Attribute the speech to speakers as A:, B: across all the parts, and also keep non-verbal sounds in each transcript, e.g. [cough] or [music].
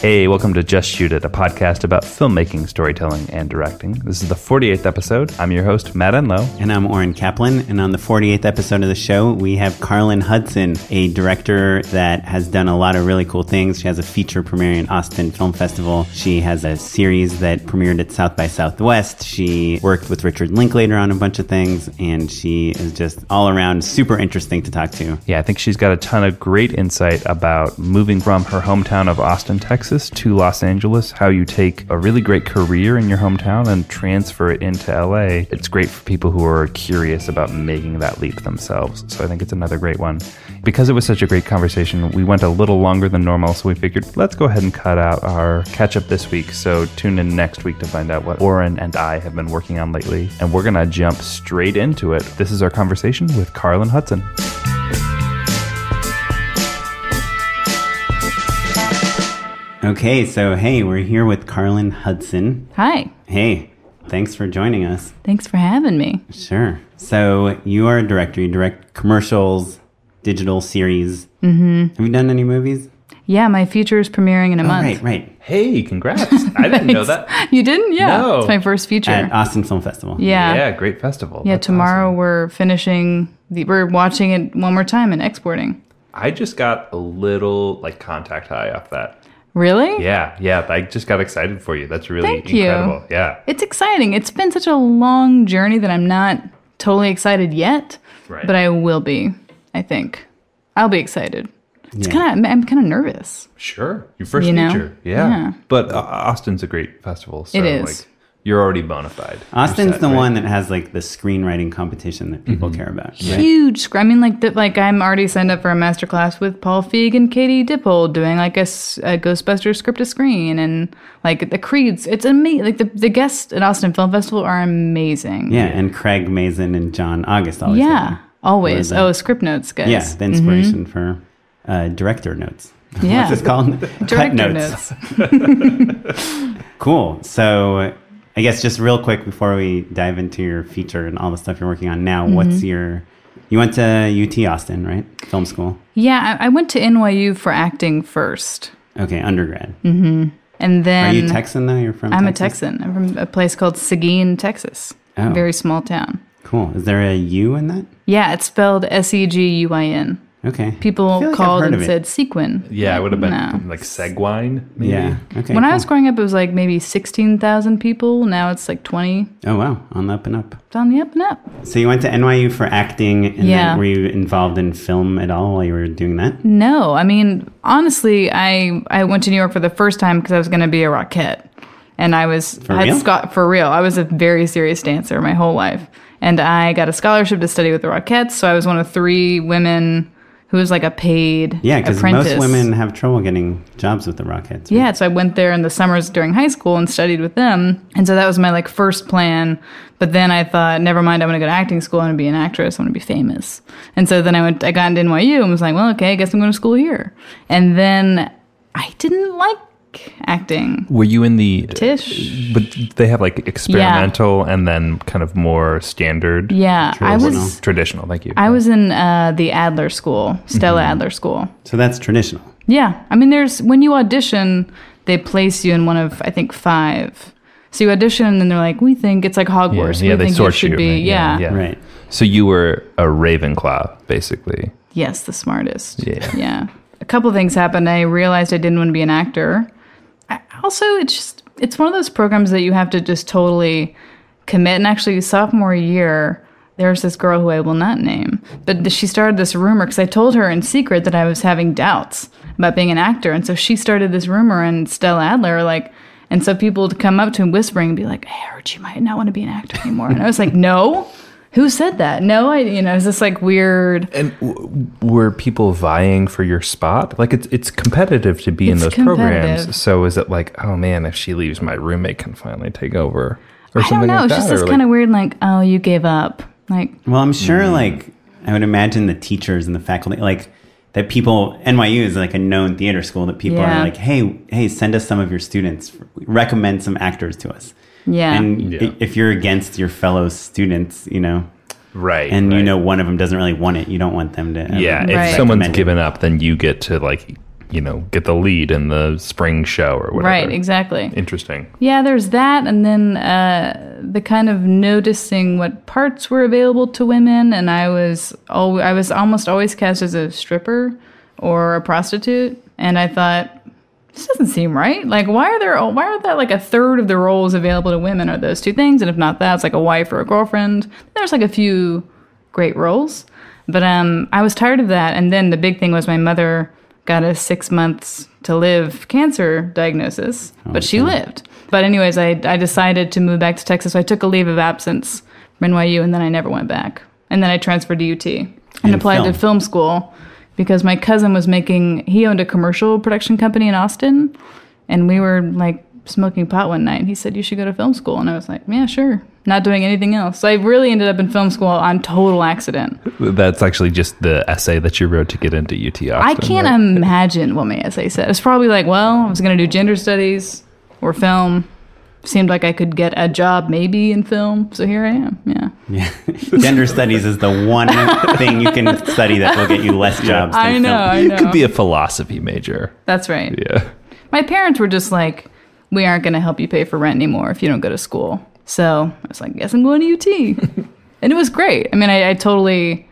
A: Hey, welcome to Just Shoot It, a podcast about filmmaking, storytelling, and directing. This is the 48th episode. I'm your host, Matt Enlow.
B: And I'm Oren Kaplan, and on the 48th episode of the show, we have Carlin Hudson, a director that has done a lot of really cool things. She has a feature premiere in Austin Film Festival. She has a series that premiered at South by Southwest. She worked with Richard Linklater on a bunch of things, and she is just all around super interesting to talk to.
A: Yeah, I think she's got a ton of great insight about moving from her hometown of Austin, Texas to Los Angeles, how you take a really great career in your hometown and transfer it into LA. It's great for people who are curious about making that leap themselves. So I think it's another great one. Because it was such a great conversation, we went a little longer than normal, so we figured let's go ahead and cut out our catch up this week. So tune in next week to find out what Oren and I have been working on lately. And we're going to jump straight into it. This is our conversation with Carlin Hudson.
B: Okay, so hey, we're here with Carlin Hudson.
C: Hi.
B: Hey, thanks for joining us.
C: Thanks for having me.
B: Sure. So you are a director. You direct commercials, digital series. Mm-hmm. Have you done any movies?
C: Yeah, my feature is premiering in a
B: Oh,
C: month.
B: right,
C: [laughs]
B: right.
A: Hey, congrats. I didn't know that.
C: You didn't? Yeah.
A: No.
C: It's my first feature.
B: At Austin Film Festival.
C: yeah.
A: Yeah, great festival.
C: Yeah,
A: That's
C: tomorrow
A: awesome.
C: we're finishing the we're watching it one more time and exporting.
A: I just got a little like contact high off that.
C: Really?
A: Yeah, yeah. I just got excited for you. That's really
C: Thank you.
A: incredible. Yeah.
C: It's exciting. It's been such a long journey that I'm not totally excited yet,
A: Right.
C: but I will be, I think. I'll be excited. It's
B: Yeah.
C: kind of I'm kind of nervous.
A: Sure. Your first
C: You know?
A: feature. Yeah.
C: Yeah.
A: But uh, Austin's a great festival. So
C: It is.
A: like you're already bona fide.
B: Austin's the
A: right?
B: one that has like the screenwriting competition that people care about. Right?
C: huge. sc- I mean, like that. Like I'm already signed up for a master class with Paul Feig and Katie Dippold doing like a, s- a Ghostbusters script to screen and like the Creeds. It's amazing. Like the, the guests at Austin Film Festival are amazing.
B: Yeah, and Craig Mazin and John August always.
C: Yeah,
B: have them.
C: always.
B: Or the-
C: Oh, script notes, guys.
B: yeah, the inspiration for uh, director notes.
C: Mm-hmm. Yeah.
B: [laughs] What's this called? Cut
C: Director
B: notes.
C: notes.
B: Cool. So, I guess just real quick before we dive into your feature and all the stuff you're working on now,
C: Mm-hmm.
B: what's your? You went to UT Austin, right? Film school.
C: Yeah, I, I went to NYU for acting first,
B: Okay, undergrad.
C: and
B: Are
C: then
B: you Texan though? You're from?
C: Mm-hmm. I'm a
B: Texas?
C: Texan. I'm from a place called Seguin, Texas.
B: Oh.
C: Very small town.
B: Cool. Is there a U in that?
C: Yeah, it's spelled S E G U I N.
B: Okay. I
C: People
B: feel like I've
C: called
B: heard
C: and
B: of it.
C: said sequin.
A: Yeah, it would have been
C: No.
A: like Segwine, maybe.
B: Yeah. Okay.
C: when I
B: cool.
C: was growing up, it was like maybe 16,000 people. Now it's like 20.
B: Oh wow, on the up and up.
C: It's on the up and up.
B: So you went to NYU for acting, and
C: Yeah. Mm,
B: then were you involved in film at all while you were doing that?
C: No, I mean, honestly, I, I went to New York for the first time because I was going to be a Rockette. And I was,
B: For
C: I
B: real?
C: had Scott for real. I was a very serious dancer my whole life. And I got a scholarship to study with the Rockettes. So I was one of three women who was like a paid
B: Yeah, because most
C: apprentice.
B: women have trouble getting jobs with the Rockheads. right?
C: Yeah, so I went there in the summers during high school and studied with them. And so that was my like first plan. But then I thought, never mind, I'm going to go to acting school. I'm going to be an actress. I'm going to be famous. And so then I went, I got into NYU and was like, well, okay, I guess I'm going to school here. And then I didn't like acting.
D: Were you in the
C: Tish?
D: But they have like experimental and then kind of more standard.
C: Yeah, I
B: Traditional.
C: was
D: Traditional. Thank you.
C: I was in uh, the Adler School, Stella
D: Mm-hmm.
C: Adler School.
B: So that's traditional.
C: Yeah, I mean, there's when you audition, they place you in one of I think five. So you audition, and then they're like, "We think it's like
D: Yeah,
C: Hogwarts.
D: yeah
C: we
D: they
C: think
D: sort
C: should
D: you.
C: be, yeah,
B: Right.
D: So you were a Ravenclaw, basically.
C: yes, the smartest."
D: Yeah.
C: [laughs] yeah. A couple things happened. I realized I didn't want to be an actor. I, also, it's just it's one of those programs that you have to just totally commit. And actually, sophomore year, there's this girl who I will not name, but th- she started this rumor because I told her in secret that I was having doubts about being an actor, and so she started this rumor and Stella Adler like. And so people would come up to him whispering and be like, "Hey, I heard you might not want to be an actor anymore." And I was like, "No, who said that? No, I, you know, it's this like weird
D: And w- were people vying for your spot? Like it's it's competitive to be in
C: It's
D: those
C: competitive.
D: programs. So is it like, oh man, if she leaves, my roommate can finally take over, or
C: I don't know. it's just this kind
D: of
C: of weird, like, oh, you gave up. Like,
B: Well, I'm sure,
C: Mm.
B: like, I would imagine the teachers and the faculty, like, that people, NYU is like a known theater school that people
C: Yeah.
B: are like, hey, hey, send us some of your students, recommend some actors to us.
C: yeah,
B: And
D: Yeah.
B: i- if you're against your fellow students, you know,
D: right.
B: and you
D: right.
B: know one of them doesn't really want it, you don't want them to. ever-
D: yeah,
C: Right.
D: if someone's
B: Recommended.
D: given up, then you get to like, you know, get the lead in the spring show or whatever.
C: right, exactly.
D: Interesting.
C: Yeah, there's that, and then uh, the kind of noticing what parts were available to women, and I was al- I was almost always cast as a stripper or a prostitute, and I thought this doesn't seem right. Like, why are there why are that like a third of the roles available to women are those two things, and if not that, it's like a wife or a girlfriend. There's like a few great roles, but um, I was tired of that, and then the big thing was my mother got a six months to live cancer diagnosis, but she lived. But anyways, I I decided to move back to Texas, so I took a leave of absence from NYU, and then I never went back, and then I transferred to UT and,
B: And
C: applied
B: film.
C: to film school because my cousin was making he owned a commercial production company in Austin and we were like smoking pot one night and he said you should go to film school and I was like yeah sure not doing anything else so I really ended up in film school on total accident
D: That's actually just the essay that you wrote to get into UT Austin.
C: I can't
D: right?
C: imagine what my essay said it's probably like well I was gonna do gender studies or film seemed like I could get a job maybe in film so here I am yeah
B: [laughs] Gender studies is the
D: [laughs]
B: one thing you can study that will get you less jobs. than
C: I
B: film.
C: know I know
D: Could be a philosophy major.
C: that's right
D: Yeah.
C: my parents were just like, we aren't going to help you pay for rent anymore if you don't go to school. So I was like, guess I'm going
D: [laughs]
C: to UT. and it was great. I mean, I, I totally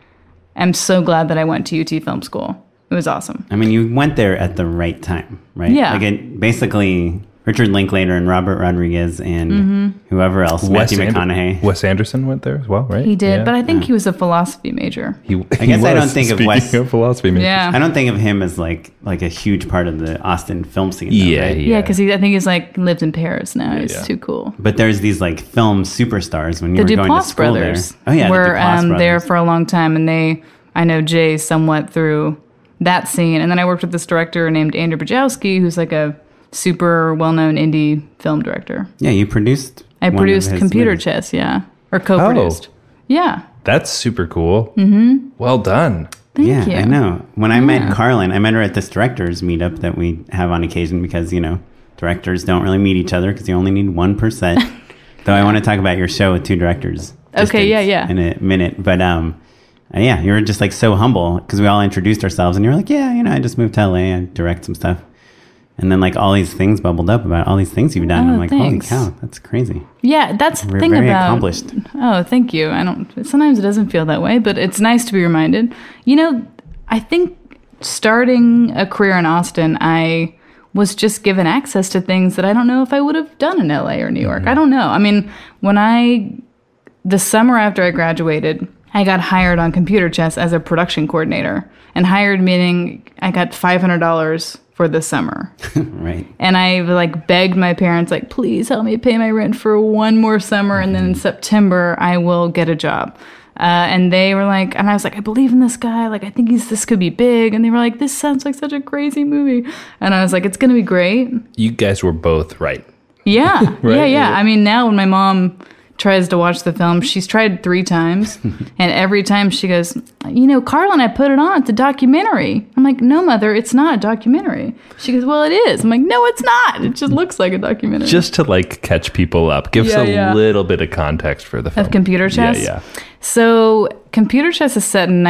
C: am so glad that I went to UT Film School. It was awesome.
B: I mean, you went there at the right time, right?
C: Yeah.
B: Like it, basically, Richard Linklater and Robert Rodriguez and
C: Mm-hmm.
B: whoever else, Matthew
D: Ander-
B: McConaughey.
D: Wes Anderson went there as well, right?
C: He did,
D: Yeah.
A: [laughs]
C: but I think he was a philosophy major.
D: He, I
B: guess I don't think of Wes-
D: philosophy majors.
C: Yeah.
B: I don't think of him as like like a huge part of the Austin film scene. though,
D: Yeah,
B: right?
C: Yeah, because I think he's like lived in Paris now. He's
D: yeah.
C: too cool.
B: But there's these like film superstars when you
C: the
B: were going to
C: Duplass
B: school
C: brothers
B: there. Oh yeah,
C: were
B: the Duplass
C: um, there
B: brothers.
C: for a long time, and they I know Jay somewhat through that scene, and then I worked with this director named Andrew Bajowski, who's like a super well-known indie film director.
B: Yeah, you produced.
C: I
B: one of
C: produced
B: his
C: Computer
B: movies. Oh.
C: Chess, yeah, or co-produced. Yeah,
D: That's super cool. Mm-hmm. Well done.
B: yeah,
C: you.
B: I know. When I met Carlin, I met her at this directors meetup that we have on occasion because you know directors don't really meet each other because you only need one per
C: [laughs]
B: set. Though I want to talk about your show with two directors.
C: Okay,
B: distance
C: yeah, yeah.
B: In a minute, but um, uh, yeah, you were just like so humble because we all introduced ourselves and you were like, yeah, you know, I just moved to LA, I direct some stuff, and then like all these things bubbled up about all these things you've done.
C: Oh,
B: I'm like,
C: thanks.
B: holy cow, that's crazy. [laughs]
C: yeah. That's the
B: We're
C: thing
B: very
C: about
B: accomplished.
C: Oh, thank you. I don't. Sometimes it doesn't feel that way, but it's nice to be reminded. You know, I think starting a career in Austin, I was just given access to things that I don't know if I would have done in LA or New
B: Mm-hmm.
C: York. I don't know. I mean, when I the summer after I graduated, I got hired on Computer Chess as a production coordinator, and hired meaning I got five hundred dollars for the summer
B: Right.
C: and I like begged my parents, like, please help me pay my rent for one more summer, and then in September I will get a job. Uh, and they were like, and I was like, I believe in this guy. Like, I think he's this could be big. And they were like, this sounds like such a crazy movie. And I was like, it's gonna be great.
D: You guys were both right.
A: [laughs]
C: Yeah, yeah, yeah. I mean, now when my mom tries to watch the film. She's tried
A: [laughs]
C: three times, and every time she goes, You know, Carlin, I put it on. It's a documentary. I'm like, No, mother, it's not a documentary. She goes, Well, it is. I'm like, No, it's not. It just looks like a documentary.
A: Just to like catch people up, give
C: Yeah,
A: us a
C: yeah.
A: little bit of context for the film.
C: of computer chess.
A: Yeah,
C: So, computer chess is set in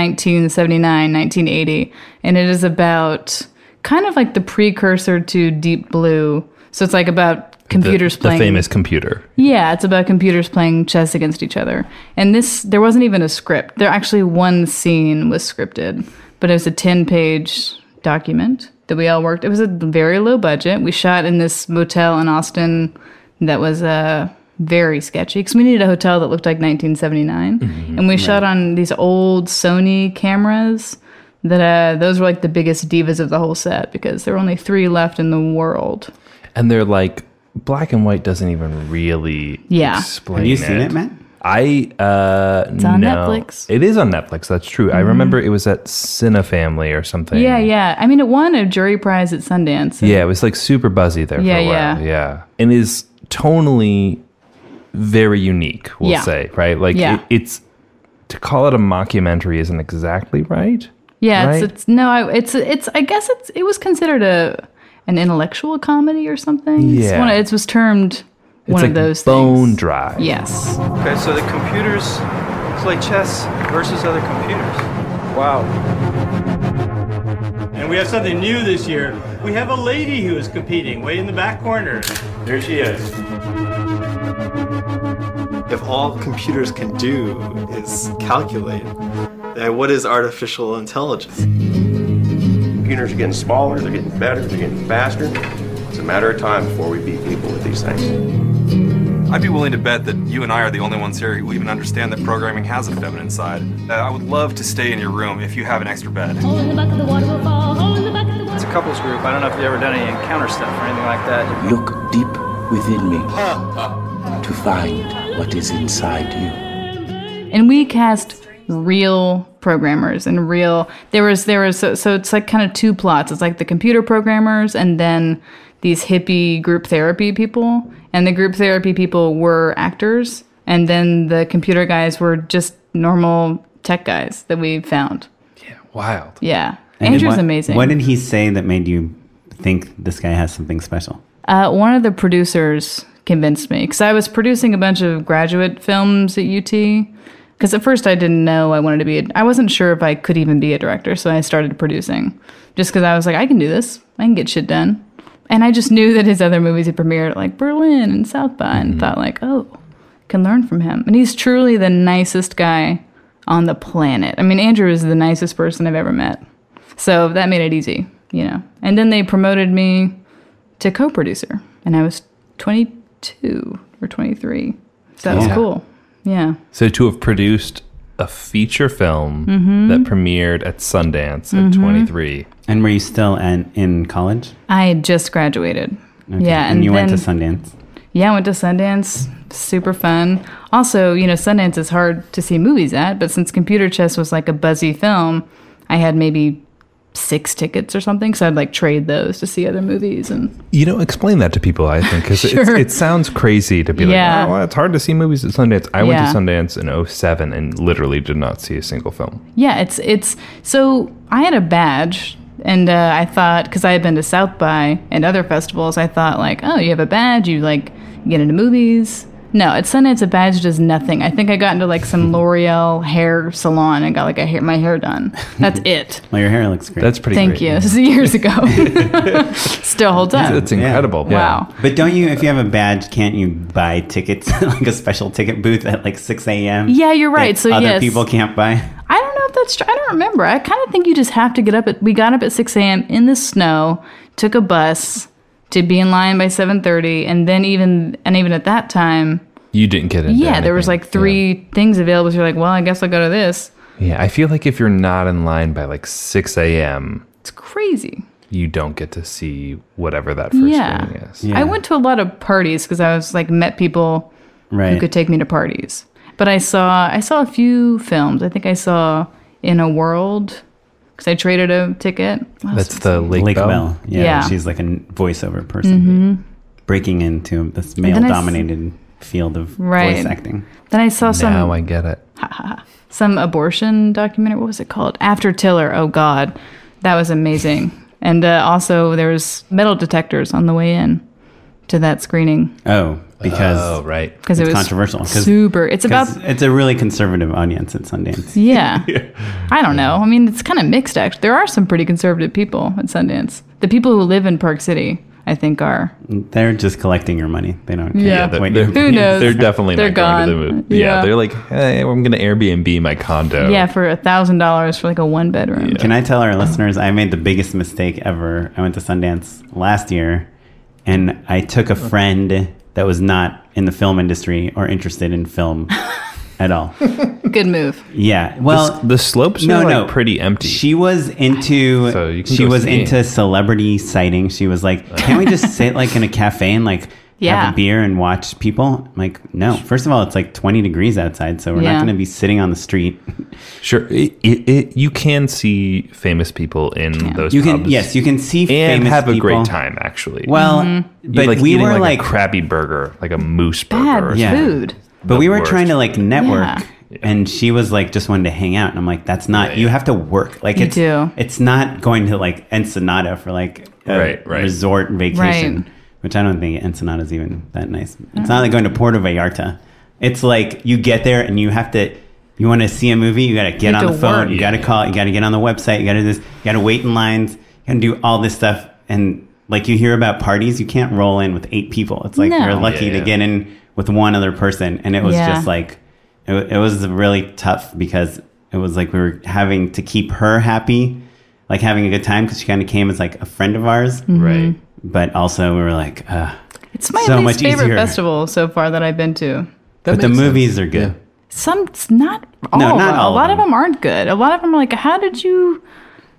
C: 1979, 1980, and it is about kind of like the precursor to Deep Blue. So it's like about
A: yeah.
C: computers
A: the, the
C: playing
A: famous computer.
C: yeah, it's about computers playing chess against each other. And this, there wasn't even a script. There actually one scene was scripted, but it was a ten-page document that we all worked. It was a very low budget. We shot in this motel in Austin that was uh, very sketchy because we needed a hotel that looked like 1979, and we shot on these old Sony cameras. That uh, those were like the biggest divas of the whole set because there were only three left in the world.
A: And they're like black and white doesn't even really
C: Yeah.
A: explain
B: Have you seen it, Matt?
A: I uh it's
C: on Netflix. Mm-hmm.
A: It is on Netflix, that's true. I remember it was at Cine Family or something.
C: Yeah, yeah. I mean, it won a jury prize at Sundance.
A: Yeah, it was like super buzzy there
C: Yeah,
A: for a
C: yeah.
A: while. Yeah. And is tonally very unique, we'll
C: Yeah.
A: say, right? Like
C: Yeah.
A: it, it's to call it a mockumentary isn't exactly right.
C: Yeah,
A: Right?
C: it's, it's no, I, it's it's. I guess it's it was considered a an intellectual comedy or something. It's
A: Yeah.
C: one of- it was termed
A: It's
C: one
A: like
C: of those
A: bone
C: things.
A: dry.
C: Yes,
E: Okay, so the computers play chess versus other computers. Wow.
F: And we have something new this year. We have a lady who is competing way in the back corner. There she is.
G: If all computers can do is calculate, then what is artificial intelligence?
H: Computers are getting smaller, they're getting better, they're getting faster. It's a matter of time before we beat people with these things.
E: I'd be willing to bet that you and I are the only ones here who even understand that programming has a feminine side. Uh, I would love to stay in your room if you have an extra bed.
F: It's a couples group. I don't know if you've ever done any encounter stuff or anything like that.
H: Look deep within me to find what is inside you.
C: and we cast real programmers and real. There was there was so, so it's like kind of two plots. It's like the computer programmers and then these hippie group therapy people. And the group therapy people were actors, and then the computer guys were just normal tech guys that we found.
A: Wild.
C: Yeah.
B: And
C: Andrew's
B: what-
C: amazing.
B: What did he say that made you think this guy has something special?
C: uh, one of the producers convinced me because I was producing a bunch of graduate films at UT. Because at first I didn't know I wanted to be, a, I wasn't sure if I could even be a director. So I started producing just because I was like, I can do this, I can get shit done. And I just knew that his other movies had premiered at like Berlin and South by and thought, like, oh, can learn from him. And he's truly the nicest guy on the planet. I mean, Andrew is the nicest person I've ever met. So that made it easy, you know. And then they promoted me to co-producer, and I was 22 or 23. So that was
A: Yeah.
C: cool. Yeah.
A: So to have produced a feature film
C: Mm-hmm.
A: that premiered at Sundance at 23.
B: And were you still an, in college?
C: I had just graduated.
B: Okay.
C: Yeah,
B: and, you went to
C: then-
B: Sundance.
C: Yeah, I went to Sundance. Super fun. Also, you know, Sundance is hard to see movies at, but since Computer Chess was like a buzzy film, I had maybe six tickets or something, so I'd like trade those to see other movies and
A: You know, explain that to people, I think,
C: [laughs]
A: because
C: Sure.
A: it sounds crazy to be
C: Yeah.
A: like, oh, well, it's hard to see movies at Sundance. I
C: Yeah.
A: went to Sundance in 07 and literally did not see a single film.
C: Yeah, it's it's so I had a badge and uh, I thought because I had been to South by and other festivals, I thought like, oh, you have a badge, you like get into movies. No, at Sundance, a badge does nothing. I think I got into like some L'Oreal hair salon and got like a hair, my hair done. That's it.
B: Well, your hair looks great.
A: That's pretty
C: Thank
A: great.
C: you. This is years ago. [laughs] Still holds up.
A: That's incredible.
C: wow.
B: But don't you, if you have a badge, can't you buy tickets [laughs] like a special ticket booth at like six a.m.?
C: Yeah, you're right.
B: that
C: So,
B: other
C: yes.
B: people can't buy.
C: I don't know if that's true. I don't remember. I kind of think you just have to get up at. We got up at six a.m. in the snow, took a bus to be in line by seven thirty, and then even and even at that time,
A: You didn't get into
C: yeah, there was
A: anything.
C: like three things available. So you're like, well, I guess I'll go to this.
A: Yeah. Yeah, I feel like if you're not in line by like 6 a.m.,
C: It's crazy.
A: you don't get to see whatever that first
C: yeah.
A: thing is.
C: I went to a lot of parties because I was like met people
B: Right.
C: who could take me to parties. But I saw I saw a few films. I think I saw In a World because I traded a ticket. What else
A: That's the Lake,
B: Lake Bell.
A: Bell.
B: Yeah,
C: Yeah. Mm-hmm.
B: she's like a n- voiceover person breaking into this male-dominated field of
C: Right.
B: voice acting.
C: Then I saw some.
B: Now
A: I get it.
C: some abortion documentary. What was it called? After Tiller. Oh God, that was amazing. And uh, also, there was metal detectors on the way in to that screening.
B: Oh, because
C: Oh,
A: right,
C: Because it was
B: controversial. 'Cause-
C: super- it's
B: 'cause
C: about-
B: it's a really conservative audience at Sundance. [laughs]
C: Yeah. I don't know. I mean, it's kind of mixed, actually. There are some pretty conservative people at Sundance. The people who live in Park City, I think, are.
B: They're just collecting your money. They don't. care.
C: Yeah. Yeah,
A: they're,
B: Wait.
A: they're-
C: Who knows?
A: They're definitely
C: They're
A: not going to the
C: gone.
A: movie. Yeah.
C: Yeah.
A: they're like, hey, I'm going to Airbnb my condo.
C: Yeah, for a $1,000 for like a one bedroom.
B: Can I tell our listeners I made the biggest mistake ever? I went to Sundance last year and I took a friend that was not in the film industry or interested in
C: [laughs]
B: film at all.
C: Good move.
B: Yeah. Well,
A: the, slopes
B: no,
A: are like
B: no.
A: pretty empty.
B: She was into
A: you can
B: she
A: go
B: was
A: skiing.
B: into celebrity sighting. She
A: [laughs]
B: was like, "Can we just sit like in a cafe and like
C: Yeah.
B: have a beer and watch people?" I'm like, "No. First of all, it's like 20 degrees outside, so we're
C: Yeah.
B: not going to be sitting on the street."
A: Sure, it, it, it, you can see famous people in those.
B: You can
A: pubs
B: yes, you can see
A: and
B: famous
A: have a
B: people.
A: great time actually.
B: Well,
A: You're,
B: but
A: like
B: we
A: eating,
B: were
A: like,
B: like
A: a crabby burger, like a moose burger. or
B: Yeah.
A: something.
C: Food.
B: But
A: The
B: we were
A: worst.
B: trying to like network.
C: Yeah.
B: And she was like just wanted to hang out, and I'm like, that's not. You have to work. Like
C: You
B: it's
C: do.
B: it's not going to like Ensenada for like a
A: Right, right.
B: resort vacation,
C: Right.
B: which I don't think Ensenada's even that nice. It's not like going to Puerto Vallarta. It's like you get there and you have to. You want to see a movie, you got to get
C: have
B: on
C: to
B: the phone,
C: work.
B: you got to call, you got to get on the website, you got to this, you got to wait in lines, you got to do all this stuff, and like you hear about parties, you can't roll in with eight people. It's like
C: No.
B: you're lucky
A: Yeah, yeah.
B: to get in with one other person, and it was
C: Yeah.
B: just like it, wa- it was really tough because it was like we were having to keep her happy, like having a good time because she kind of came as like a friend of ours,
C: Mm.
A: Right.
B: but also we were like, uh,
C: It's my
B: So
C: least
B: much
C: favorite
B: easier.
C: festival so far that I've been to.
B: but the movies are good.
C: Some, it's not all.
B: No,
C: of
B: not
C: them.
B: all
C: a
B: of
C: lot of
B: them.
C: them aren't good. A lot of them are like, how did you.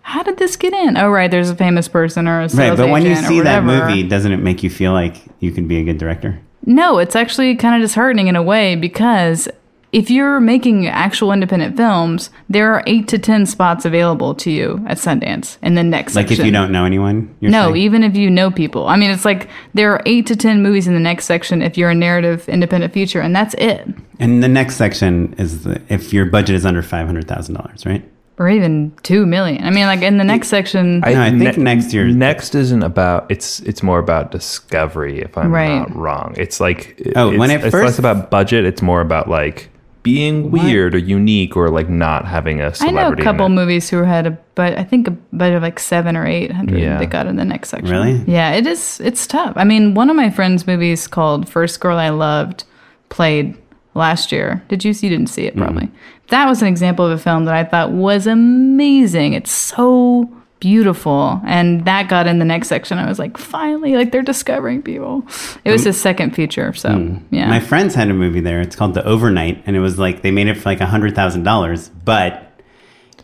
C: How did this get in? Oh, right. There's a famous person or a sales
B: Right, but when you
C: agent or
B: see that
C: whatever.
B: movie, doesn't it make you feel like you could be a good director?
C: No, it's actually kind of disheartening in a way because if you're making actual independent films, there are eight to ten spots available to you at Sundance in the next
B: Like
C: section.
B: if you don't know anyone, you're
C: no,
B: saying?
C: even if you know people. I mean, it's like there are eight to ten movies in the next section if you're a narrative independent feature, and that's it.
B: And the next section is the, if your budget is under five hundred thousand dollars, right?
C: Or even two million. I mean, like in the next section,
B: No, I think next year-
A: Next isn't about it's it's more about discovery. If I'm
C: Right.
A: not wrong, it's like
B: Oh,
A: it's-
B: when it
A: it's
B: first-
A: less about budget. It's more about like being weird or unique or like not having a
C: I know a
A: celebrity. in
C: couple
A: it.
C: movies who had a but I think a budget of like seven or eight hundred
A: Yeah.
C: that got in the next section.
B: Really?
C: Yeah, it is it's tough. I mean, one of my friend's movies called First Girl I Loved played last year. Did you see you didn't see it probably. That was an example of a film that I thought was amazing. It's so beautiful. And that got in the next section. I was like, finally, like they're discovering people. It
A: Mm.
C: was his second feature, so yeah.
B: My friends had a movie there. It's called The Overnight, and it was like they made it for like hundred thousand dollars, but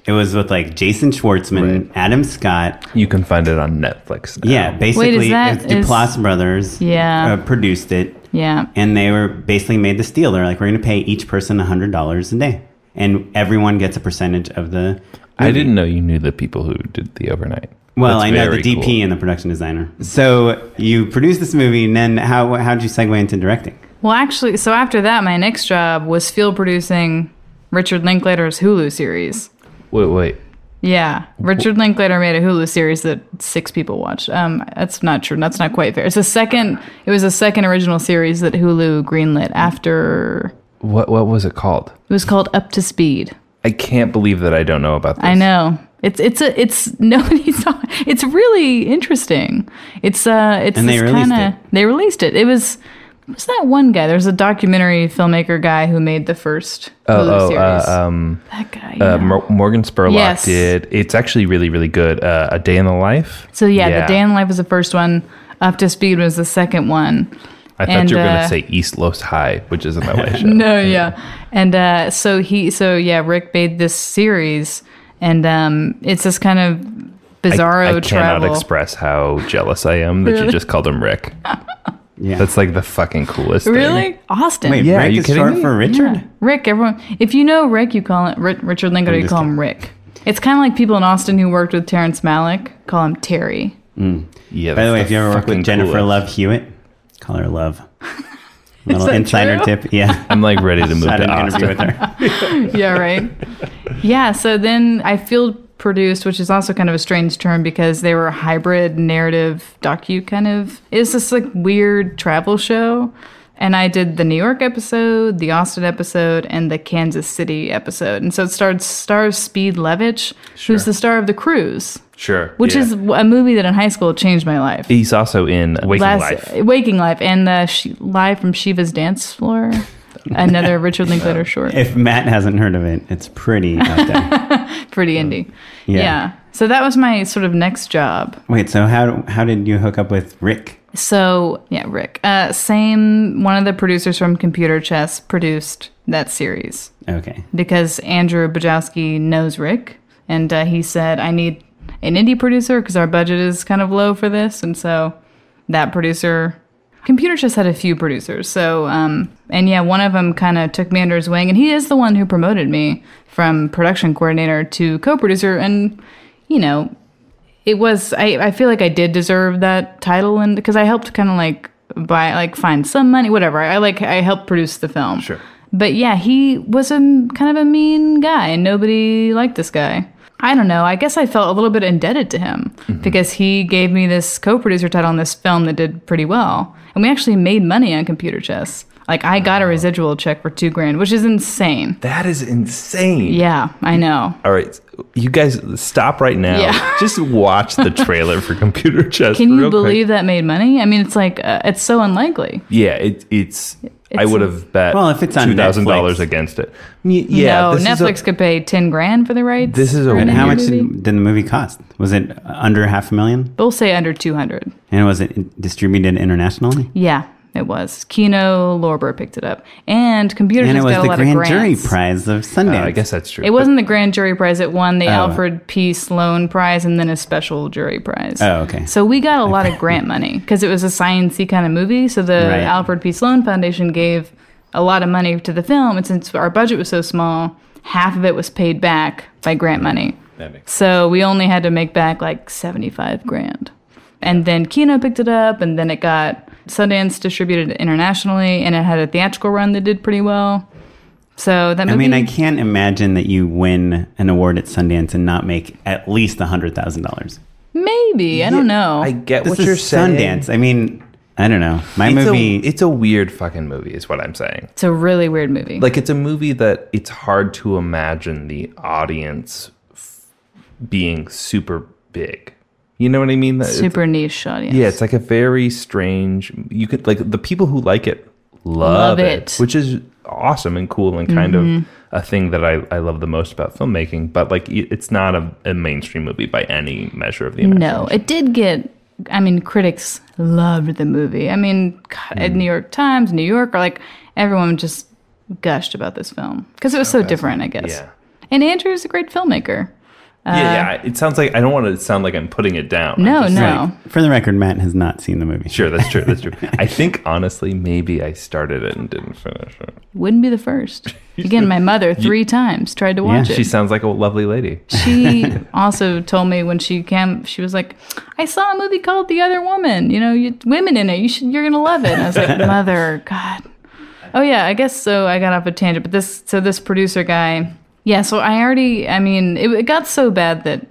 B: it was with like Jason Schwartzman, Adam Scott.
A: You can find it on Netflix. Now.
B: Yeah, basically,
C: that-
B: it's Duplass
C: is-
B: Brothers.
C: Yeah.
B: uh, produced it,
C: yeah.
B: and they were basically made this deal. They're like, we're going to pay each person hundred dollars a day, and everyone gets a percentage of the.
A: I
B: movie.
A: didn't know you knew the people who did the overnight.
B: Well,
A: That's
B: I know the
A: very
B: DP
A: cool.
B: and the production designer. So you produced this movie, and then how how'd you segue into directing?
C: Well, actually, so after that, my next job was field producing Richard Linklater's Hulu series.
A: Wait, wait.
C: Yeah, Richard Linklater made a Hulu series that six people watched. Um, that's not true. That's not quite fair. It's a second. It was a second original series that Hulu greenlit after.
A: What what was it called?
C: It was called Up to Speed.
A: I can't believe that I don't know about this.
C: I know. It's it's a it's [laughs] nobody saw. It's really interesting. It's uh it's
B: And they released
C: kind
B: it.
C: of they released it. It was was that one guy. There's a documentary filmmaker guy who made the first Hulu
A: Oh, oh,
C: series.
A: uh, um,
C: that guy.
A: uh,
C: yeah.
A: Mor- Morgan Spurlock
C: Yes.
A: did. It's actually really, really good. Uh, a Day in the Life.
C: so yeah, the Dan Life was the first one. Up to Speed was the second one.
A: I thought
C: and,
A: you were going to
C: uh,
A: say East Los High, which is an LA
C: [laughs]
A: show.
C: No, yeah. And uh, so he, so yeah, Rick made this series, and um, it's this kind of
A: I,
C: bizarro
A: I cannot
C: travel.
A: express how jealous I am that you
C: Really?
A: just called him Rick.
B: [laughs] Yeah.
A: That's like the fucking coolest thing.
C: really, Austin.
B: Wait,
A: Yeah,
B: Rick
A: you
B: is
A: kidding
B: short
A: me?
B: for Richard.
C: Rick, everyone. If you know Rick, you call it Ri- Richard Linklater.
B: I'm
C: You
B: just
C: call him Rick. It's kind of like people in Austin who worked with Terrence Malick call him Terry.
A: Yeah.
B: By the
A: that's
B: way, if you ever work
A: fucking
B: with Jennifer
A: coolest. [laughs]
B: Love Hewitt, call her Love. Little
C: that
B: insider
C: true?
B: tip. Yeah.
A: I'm like ready
B: [laughs]
A: to move
B: Had
A: to
B: an interview
A: Austin.
B: with her.
C: yeah, right. Yeah, so then I field produced, which is also kind of a strange term because they were a hybrid narrative docu kind of. It's this like weird travel show. And I did the New York episode, the Austin episode, and the Kansas City episode. And so it starred stars Speed Levitch, who's the star of The Cruise,
A: Sure.
C: which
A: yeah.
C: is a movie that in high school changed my life.
A: He's also in Waking
C: Last-
A: Life.
C: Waking Life, and the Sh- Live from Shiva's Dance Floor, another Richard Linklater short.
B: If Matt hasn't heard of it, it's pretty out there.
A: [laughs]
C: pretty indie.
B: Yeah.
C: Yeah. So that was my sort of next job.
B: Wait, so how how did you hook up with Rick?
C: So yeah, Rick. Uh, same one of the producers from Computer Chess produced that series
B: Okay.
C: because Andrew Bajowski knows Rick, and uh, he said I need an indie producer because our budget is kind of low for this, and so that producer. Computer Chess had a few producers, so um, and yeah, one of them kind of took me under his wing, and he is the one who promoted me from production coordinator to co-producer, and you know, it was I, I feel like I did deserve that title and because I helped kind of like buy like find some money whatever I like I helped produce the film sure but yeah he was a m- kind of a mean guy and nobody liked this guy I don't know I guess I felt a little bit indebted to him
A: Mm-hmm.
C: because he gave me this co-producer title on this film that did pretty well and we actually made money on computer chess like I got a residual check for two grand which is insane
A: That is insane.
C: yeah
A: Mm-hmm.
C: I know
A: All right, you guys stop right now.
C: Yeah.
A: Just watch the trailer for
C: [laughs]
A: Computer Chess.
C: can you
A: real quick.
C: believe that made money I mean it's like uh, it's so unlikely
A: Yeah, it, it's, I would have bet.
B: Well, if it's on
A: two thousand
B: Netflix.
A: dollars against it. Y- Yeah,
C: no,
A: this is a-
C: Netflix could pay ten grand for the rights.
A: This is a
C: for an
B: And how
C: indie
B: much
C: movie.
B: did, did the movie cost? Was it under half a million?
C: They'll say under two hundred.
B: And was it distributed internationally?
C: Yeah, it was. Kino Lorber picked it up, and computers
B: and it
C: just
B: was
C: got a
B: the
C: lot
B: grand
C: of
B: jury
C: grants.
B: prize of Sundance.
A: Oh, I guess that's true.
C: It wasn't the grand jury prize. It won the
B: Oh.
C: Alfred P. Sloan Prize and then a special jury prize.
B: Oh, okay.
C: So we got a lot
B: [laughs]
C: of grant money because it was a sciency kind of movie. So the
B: Right.
C: Alfred P. Sloan Foundation gave a lot of money to the film, and since our budget was so small, half of it was paid back by grant money.
A: That makes
C: So we only had to make back like seventy-five grand, and then Kino picked it up, and then it got Sundance distributed internationally, and it had a theatrical run that did pretty well. So that movie,
B: I mean, I can't imagine that you win an award at Sundance and not make at least hundred thousand dollars.
C: maybe I don't know.
A: I get
B: This
A: what
B: is
A: you're saying.
B: Sundance. I mean, I don't know. My
A: It's a-
B: movie.
A: it's a weird fucking movie, is what I'm saying.
C: it's a really weird movie.
A: Like it's a movie that it's hard to imagine the audience f- being super big. You know what I mean? That it's-
C: super niche audience.
A: Yeah, it's like a very strange. You could like the people who like it love,
C: Love
A: it,
C: it. Mm-hmm.
A: which is awesome and cool and kind of a thing that I, I love the most about filmmaking. But like, it- it's not a, a mainstream movie by any measure of the imagination.
C: No, it did get. I mean, critics loved the movie. I mean, God,
A: Mm.
C: at New York Times, New York, or like everyone just gushed about this film because it was so different, I guess.
A: Yeah.
C: And Andrew's a great filmmaker.
A: yeah, yeah. It sounds like I don't want to sound like I'm putting it down. I'm
C: No,
A: just-
C: no.
B: For the record, Matt has not seen the movie.
A: Sure, that's true. That's true. I think honestly, maybe I started it and didn't finish it.
C: Wouldn't be the first.
A: [laughs]
C: Again, my mother three times tried to watch
A: She [laughs]
C: it.
A: sounds like a lovely lady.
C: She also told me when she came, she was like, "I saw a movie called The Other Woman. You know, you, women in it. You should. You're gonna love it." And I
A: [laughs]
C: was like, "Mother, God." Oh yeah, I guess so. I got off a tangent, but this so this producer guy, yeah. So I already, I mean, it, it got so bad that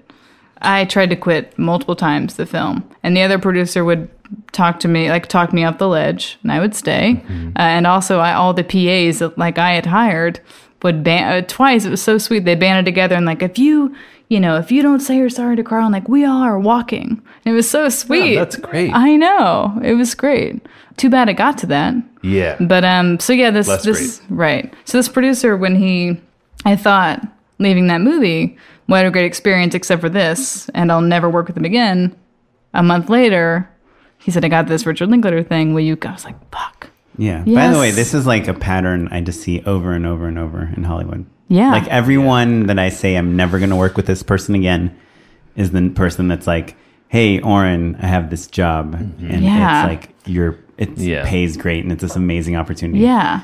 C: I tried to quit multiple times the film, and the other producer would talk to me, like talk me off the ledge, and I would stay.
A: Mm-hmm.
C: Uh, and also, I all the PAs that like I had hired would ban uh, twice. It was so sweet. They banded together and like, if you, you know, if you don't say you're sorry to Carl, and like we all are walking. And it was so sweet.
A: that's great.
C: I know it was great. Too bad it got to that.
A: Yeah.
C: But um, so yeah, this
A: Less
C: this right. So this producer, when he, I thought leaving that movie, what a great experience, except for this, and I'll never work with him again. A month later, he said, "I got this Richard Linklater thing. Will you?" go?" I was like, "Fuck."
B: Yeah. By the way,
C: Yes.
B: this is like a pattern I just see over and over and over in Hollywood.
C: Yeah.
B: Like everyone that I say I'm never going to work with this person again is the person that's like, "Hey, Oren, I have this job," and
C: Yeah.
B: it's like you're it
A: Mm-hmm. Yeah.
B: pays great and it's this amazing opportunity.
C: Yeah,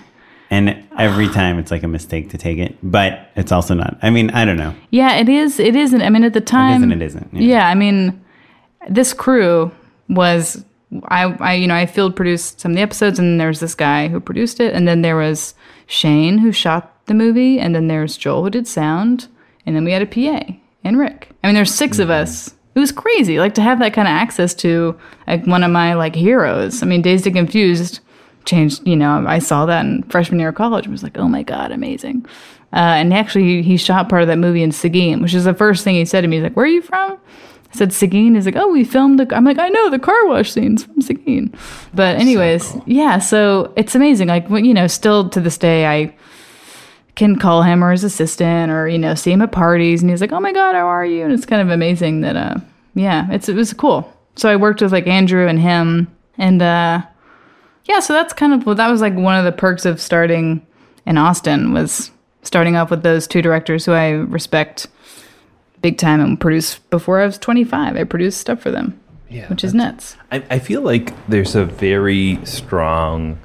B: And every time it's like a mistake to take it, but it's also not. I mean, I don't know.
C: yeah. It is. It isn't. I mean, at the
B: It
C: time,
B: is and it isn't.
C: Yeah, I mean, this crew was I, I you know I field produced some of the episodes, and there's this guy who produced it, and then there was Shane who shot the movie, and then there's Joel who did sound, and then we had a PA and Rick. I mean, there's 6 of us. It was crazy, like to have that kind of access to like one of my like heroes. I mean, Dazed and Confused changed. You know, I saw that in freshman year of college. and was like, oh my god, amazing. Uh, and actually, he, he shot part of that movie in Seguin, which is the first thing he said to me. He's like, "Where are you from?" I said Seguin. He's like, "Oh, we filmed." The, I'm like, "I know the car wash scenes from Seguin." But anyways, yeah. So it's amazing. Like when- you know, still to this day, I can call him or his assistant, or you know, see him at parties, and he's like, "Oh my god, how are you?" And it's kind of amazing that, uh, yeah, it's it was cool. So I worked with like Andrew and him, and uh, yeah, so that's kind of well, that was like one of the perks of starting in Austin was starting off with those two directors who I respect big time and produced before I was 25. I produced stuff for them, yeah, which is nuts.
A: I, I feel like there's a very strong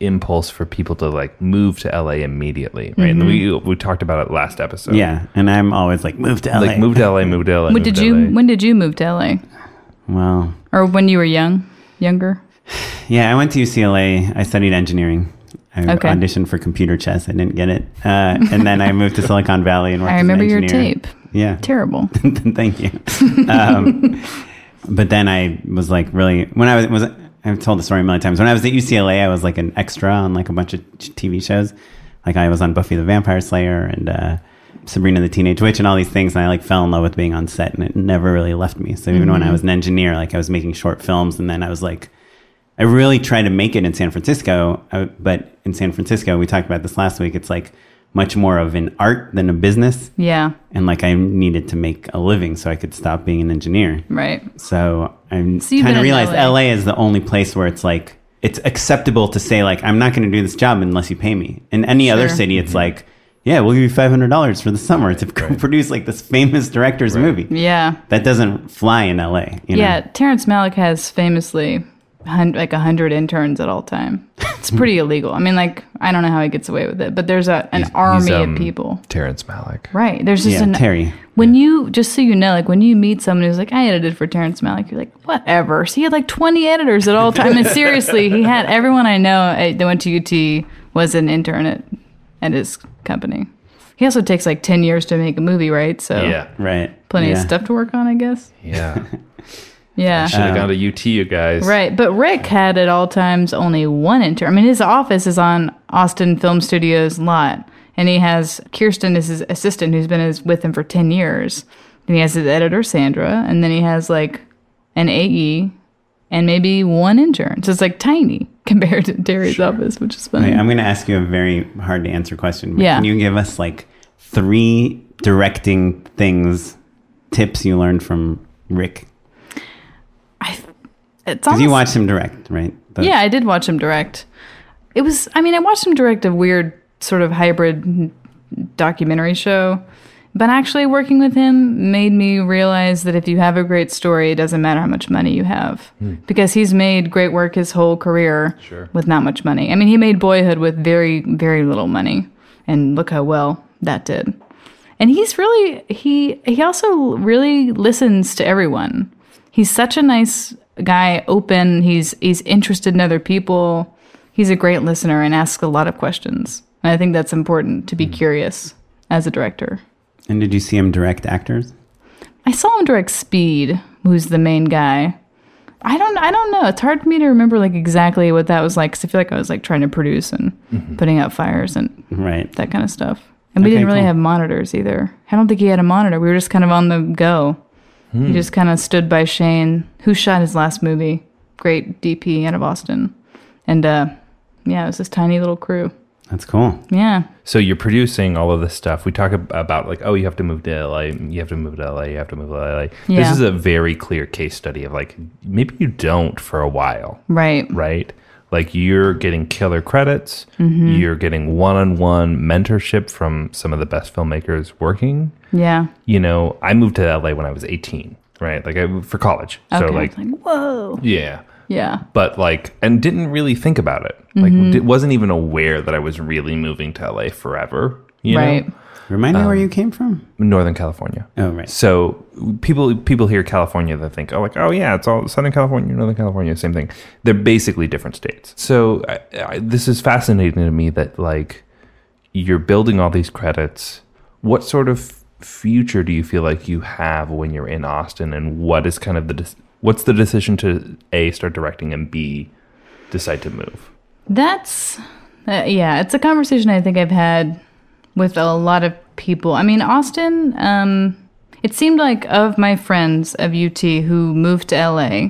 A: impulse for people to like move to LA immediately, right? And
C: Mhm.
A: we we talked about it last episode.
B: Yeah, and I'm always like, move to LA.
A: Like move to
C: [laughs]
A: LA, move to LA.
C: When
A: move
C: did
A: to
C: you
A: LA.
C: when did you move to LA?
B: Well,
C: Or when you were young, younger?
B: yeah, I went to UCLA. I studied engineering. I
C: Okay.
B: auditioned for computer chess. I didn't get it. Uh, and then I
C: [laughs]
B: moved to Silicon Valley and worked
C: I
B: as an
C: remember your
B: engineer.
C: tape.
B: Yeah. [laughs]
C: Terrible.
B: Thank you. Um, but then I was like really when I was was I've told the story a million times. When I was at UCLA, I was like an extra on like a bunch of t- TV shows. Like I was on Buffy the Vampire Slayer and uh, Sabrina the Teenage Witch and all these things. And I like fell in love with being on set, and it never really left me. So even when I
I: Mhm.
B: was an engineer, like I was making short films, and then I was like. I really tried to make it in San Francisco, uh, but in San Francisco, we talked about this last week. It's like much more of an art than a business
C: Yeah.
B: and like I needed to make a living so I could stop being an engineer.
C: Right.
B: So I
C: So
B: kind
C: you've been
B: of
C: in
B: realized
C: LA.
B: LA. is the only place where it's like it's acceptable to say like I'm not going to do this job unless you pay me. In any other
I: Sure.
B: city, it's like yeah, we'll give you five hundred dollars for the summer to [laughs] produce like this famous director's movie.
C: Yeah.
B: That doesn't fly in LA. You know?
C: yeah, Terrence Malick has famously hun- like a hundred interns at all time.
B: [laughs]
C: It's pretty illegal. I mean, like I don't know how he gets away with it, but there's a, an army
A: um,
C: of people.
A: Terrence Malick.
C: Right. There's just
A: Yeah,
C: an
A: Terry.
C: When you just so you know, like when you meet someone who's like, I edited for Terrence Malick, you're like, whatever. So he had like 20 editors at all time.
A: [laughs]
C: And seriously, he had everyone I know at- that went to UT was an intern at, at his company. He also takes like 10 years to make a movie, right? So
B: right.
C: plenty of
A: Yeah.
C: stuff to work on, I guess. [laughs]
A: Yeah.
C: Yeah.
A: Should have gone to UT, you guys.
C: Right, but Rick had at all times only one intern. I mean, his office is on Austin Film Studios lot, and he has Kirsten as his assistant, who's been his, with him for ten years. And he has his editor Sandra, and then he has like an AE and maybe one intern. So it's like tiny [laughs] compared to Terry's office, which is funny.
B: Wait, I'm going to ask you a very hard to answer question. But
C: Yeah.
B: Can you give us like three directing things, tips you learned from Rick?
C: it's
B: Because
C: almost,
B: you watched him direct, right? The-
C: yeah, I did watch him direct. It was, I mean, I watched him direct a weird sort of hybrid documentary show. But actually, working with him made me realize that if you have a great story, it doesn't matter how much money you have.
I: Hmm.
C: Because he's made great work his whole career
I: Sure.
C: with not much money. I mean, he made Boyhood with very, very little money. And look how well that did. And he's really, he, he also really listens to everyone. He's such a nice guy, open. He's, he's interested in other people. He's a great listener and asks a lot of questions. And I think that's important to be curious as a director.
B: And did you see him direct actors?
C: I saw him direct Speed, who's the main guy. I don't I don't know. It's hard for me to remember like exactly what that was like cuz I feel like I was like trying to produce and putting out fires and
B: Right.
C: that kind of stuff. And we
B: Okay,
C: didn't really
B: cool.
C: have monitors either. I don't think he had a monitor. We were just kind of on the go. He
B: Hmm.
C: just kind of stood by Shane, who shot his last movie. Great DP out of Austin. And uh yeah, it was this tiny little crew.
B: That's cool.
C: Yeah.
A: So you're producing all of this stuff. We talk ab- about like, oh, you have to move to LA. You have to move to LA. You have to move to LA. This
C: Yeah.
A: is a very clear case study of like, maybe you don't for a while.
C: Right.
A: Right. Like you're getting killer credits.
C: Mhm.
A: You're getting one-on-one mentorship from some of the best filmmakers working.
C: Yeah.
A: You know, I moved to LA when I was 18. Right. Like I for college. So
C: Okay.
A: like,
C: whoa.
A: yeah
C: Yeah.
A: but like and didn't really think about it like
C: Mhm.
A: di- wasn't even aware that i was really moving to la forever you
C: Right.
A: know
B: Remind me where
A: Um,
B: you came from.
A: Northern California.
B: Oh, right.
A: So people people hear California, they think, oh, like, oh yeah, it's all Southern California, Northern California, same thing. They're basically different states. So I, I, this is fascinating to me that like you're building all these credits. What sort of future do you feel like you have when you're in Austin, and what is kind of the dec- what's the decision to a start directing and b decide to move?
C: That's, uh, yeah, it's a conversation I think I've had with a lot of people. I mean, Austin, um, it seemed like of my friends of UT who moved to LA,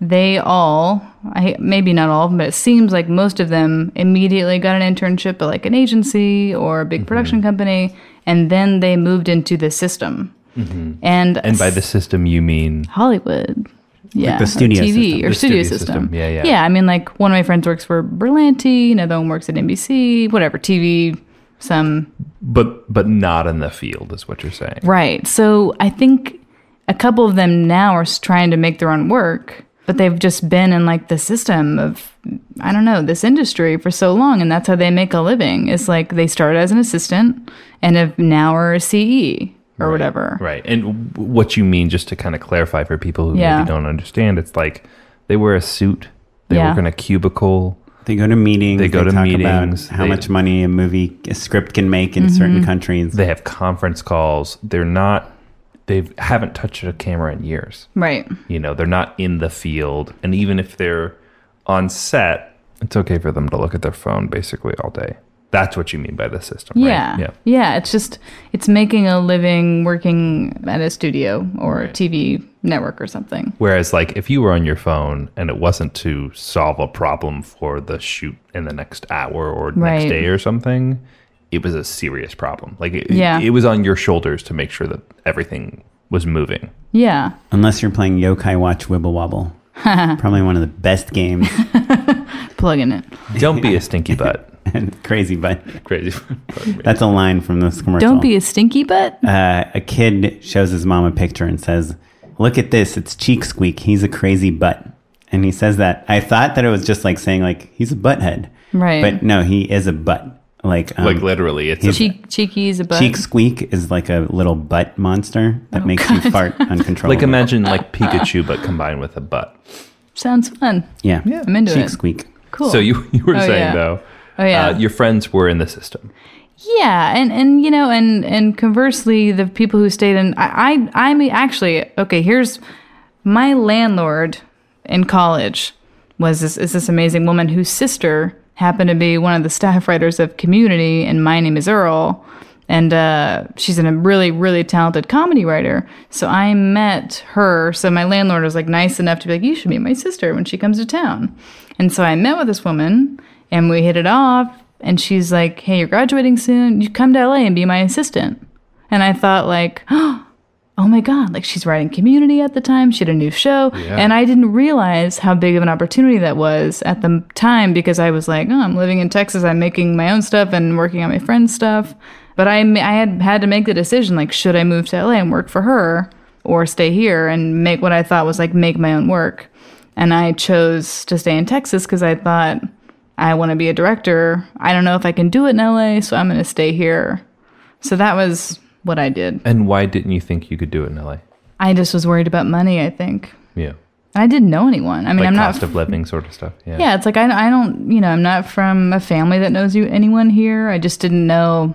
C: they all, I, maybe not all of them, but it seems like most of them immediately got an internship at like an agency or a big
A: Mm-hmm.
C: production company, and then they moved into the system. And,
A: Mm-hmm. And by the system, you mean
C: Hollywood. Yeah,
A: the
C: or
A: studio
C: TV
A: system.
C: or
A: The
C: studio,
A: studio
C: system.
A: system. Yeah, yeah.
C: Yeah, I mean, like one of my friends works for Berlanti, another one works at NBC, whatever TV. Some
A: but but not in the field is what you're saying.
C: right. So I think a couple of them now are s- trying to make their own work, but they've just been in like the system of I don't know this industry for so long, and that's how they make a living. It's like they started as an assistant and have now are a CE or whatever.
A: Right. And w- what you mean, just to kind of clarify for people who
C: Yeah.
A: maybe don't understand, it's like they wear a suit, they
C: Yeah.
A: work in a cubicle.
B: They go to meetings.
A: They go to
B: talk
A: meetings.
B: About how
A: they-
B: much money a movie, a script can make
C: Mm-hmm.
B: in certain
A: Mhm.
B: countries.
A: They have conference calls. They're not. They haven't touched a camera in years.
C: Right.
A: You know, they're not in the field, and even if they're on set, it's okay for them to look at their phone basically all day. That's what you mean by the system,
C: Yeah.
A: right?
C: yeah. It's just, it's making a living working at a studio or a TV network or something.
A: Whereas, like, if you were on your phone and it wasn't to solve a problem for the shoot in the next hour or next
C: Right.
A: day or something, it was a serious problem. Like, it,
C: Yeah.
A: it was on your shoulders to make sure that everything was moving.
C: Yeah.
B: Unless you're playing Yokai Watch Wibble
C: [laughs]
B: Wobble, probably one of the best games. [laughs]
C: Plug in it.
A: Don't be a stinky butt.
B: Crazy butt.
A: [laughs] Crazy. [laughs]
B: That's a line from this commercial.
C: Don't be a stinky butt.
B: uh, a kid shows his mom a picture and says, "Look at this, it's cheek squeak. He's a crazy butt." And he says that. I thought that it was just like saying like he's a butthead,
C: Right.
B: But no, he is a butt. Like um,
A: Like, literally, it's a-
B: he's-
C: Cheek, cheeky is a butt. Oh,
B: cheek squeak is like a little butt monster that makes you
C: [laughs]
B: fart uncontrollably.
A: Like, imagine like Pikachu, but combined with a butt.
C: Sounds fun.
B: yeah,
C: I'm into
B: cheek
C: it.
B: squeak.
C: Cool.
A: So, you, you were
C: Oh,
A: saying,
C: yeah.
A: though,
C: Oh, yeah.
A: uh, your friends were in the system.
C: Yeah, and and you know, and and conversely, the people who stayed in, I, I I'm actually okay. Here's my landlord in college was this is this amazing woman whose sister happened to be one of the staff writers of Community, and my name is Earl, and uh, she's a really really talented comedy writer. So I met her. So my landlord was like nice enough to be like, you should meet my sister when she comes to town, and so I met with this woman, and we hit it off and she's like, "Hey, you're graduating soon. You come to LA and be my assistant." And I thought like, "Oh my god, like she's writing Community at the time. She had a new show."
I: Yeah.
C: And I didn't realize how big of an opportunity that was at the time because I was like, "Oh, I'm living in Texas. I'm making my own stuff and working on my friend's stuff." But I ma- I had had to make the decision like, should I move to LA and work for her or stay here and make what I thought was like make my own work? And I chose to stay in Texas because I thought I want to be a director. I don't know if I can do it in LA, so I'm going to stay here. So that was what I did.
A: And why didn't you think you could do it in LA?
C: I just was worried about money, I think.
A: Yeah.
C: I didn't know anyone. I mean,
A: like
C: I'm
A: cost
C: not.
A: of living sort of stuff. Yeah.
C: yeah, it's like I, I don't, you know, I'm not from a family that knows you anyone here. I just didn't know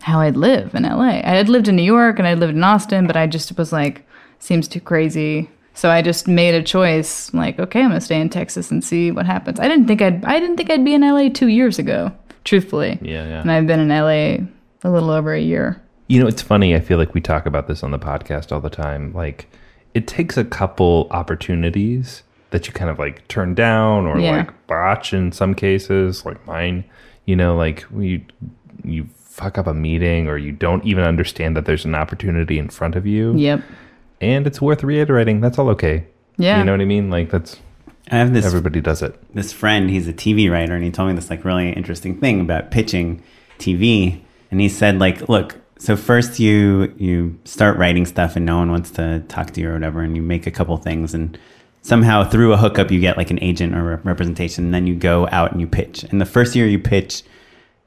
C: how I'd live in LA. I had lived in New York and I lived in Austin, but I just was like, seems too crazy. So I just made a choice, like, okay, I'm gonna stay in Texas and see what happens. I didn't think I'd, I didn't think I'd be in LA two years ago, truthfully.
A: Yeah, yeah.
C: And I've been in LA a little over a year.
A: You know, it's funny. I feel like we talk about this on the podcast all the time. Like, it takes a couple opportunities that you kind of like turn down or
C: Yeah.
A: like botch in some cases, like mine. You know, like when you you fuck up a meeting or you don't even understand that there's an opportunity in front of you.
C: Yep.
A: And it's worth reiterating. That's all okay.
C: Yeah.
A: You know what I mean? Like that's
B: I have this
A: everybody does it.
B: this friend, he's a TV writer, and he told me this like really interesting thing about pitching TV. And he said like, look, so first you you start writing stuff, and no one wants to talk to you or whatever, and you make a couple things, and somehow through a hookup you get like an agent or rep- representation, and then you go out and you pitch. And the first year you pitch,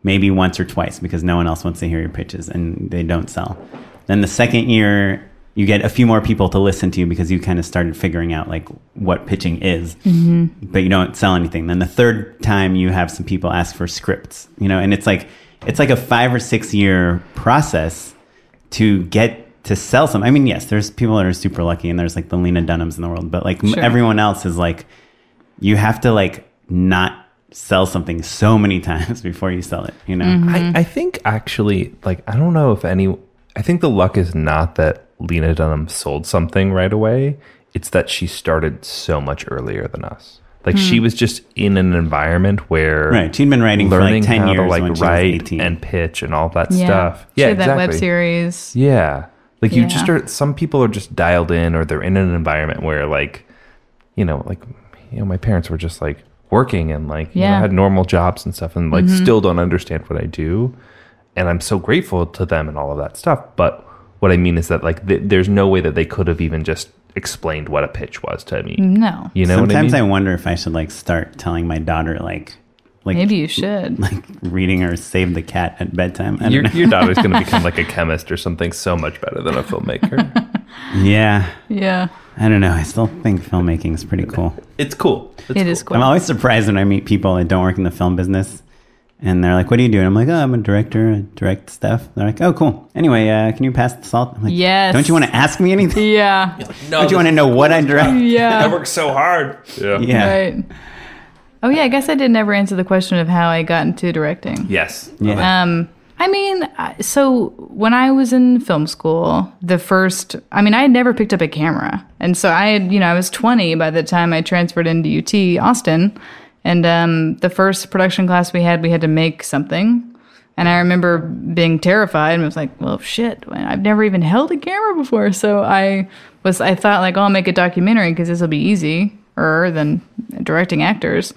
B: maybe once or twice because no one else wants to hear your pitches and they don't sell. Then the second year, you get a few more people to listen to you because you kind of started figuring out like what pitching is,
C: Mhm.
B: but you don't sell anything. Then the third time, you have some people ask for scripts, you know, and it's like it's like a five or six year process to get to sell some. I mean, yes, there's people that are super lucky, and there's like the Lena Dunhams in the world, but like m
I: Sure.
B: everyone else is like you have to like not sell something so many [laughs] times before you sell it. You know,
A: I, I think actually, like, I don't know if any. I think the luck is not that Lena Dunham sold something right away. It's that she started so much earlier than us. Like
B: Hmm.
A: she was just in an environment where
B: Right, she'd been writing for, like, 10
A: how
B: years
A: to
B: when
A: like
B: she was
A: write and pitch and all that
C: Yeah.
A: stuff.
C: She
A: Yeah,
C: had that web
A: exactly.
C: series.
A: Yeah, like you just
C: Yeah.
A: are. Some people are just dialed in, or they're in an environment where like, you know, like you know, my parents were just like working and like you know,
C: Yeah.
A: had normal jobs and stuff and like
C: Mhm.
A: still don't understand what I do. And I'm so grateful to them and all of that stuff. But what I mean is that like th- there's no way that they could have even just explained what a pitch was to me.
C: No.
A: You know what I
B: Sometimes
A: mean?
B: wonder if I should like start telling my daughter like [laughs] like
C: Maybe you should.
B: like reading her Save the Cat at bedtime. I don't
A: Your,
B: know. [laughs]
A: your daughter's [laughs] going to become like a chemist or something so much better than a filmmaker.
B: yeah.
C: Yeah.
B: I don't know. I still think filmmaking is pretty cool.
A: It's cool. It's
C: It is cool.
B: I'm always surprised when I meet people that don't work in the film business and they're like, What do you do? And I'm like, Oh, I'm a director, I direct stuff. They're like, Oh, cool. Anyway, uh, can you pass the salt? I'm like,
C: Yes.
B: Don't you want to ask me anything?
C: Yeah.
B: don't you want to know what I direct?
C: Yeah.
J: [laughs]
C: I
A: work [laughs] so hard. Yeah.
B: Yeah.
C: Right. Oh yeah, I guess I did never answer the question of how I got into directing.
A: Yes.
C: Um, I mean, I- so when I was in film school, the first, I mean, I had never picked up a camera. And so I had, you know, I was 20 by the time I transferred into UT Austin. And um, the first production class we had, we had to make something. And I remember being terrified and was like, well, shit, I've never even held a camera before. So I was, I thought like, oh, I'll make a documentary because this will be easier than directing actors.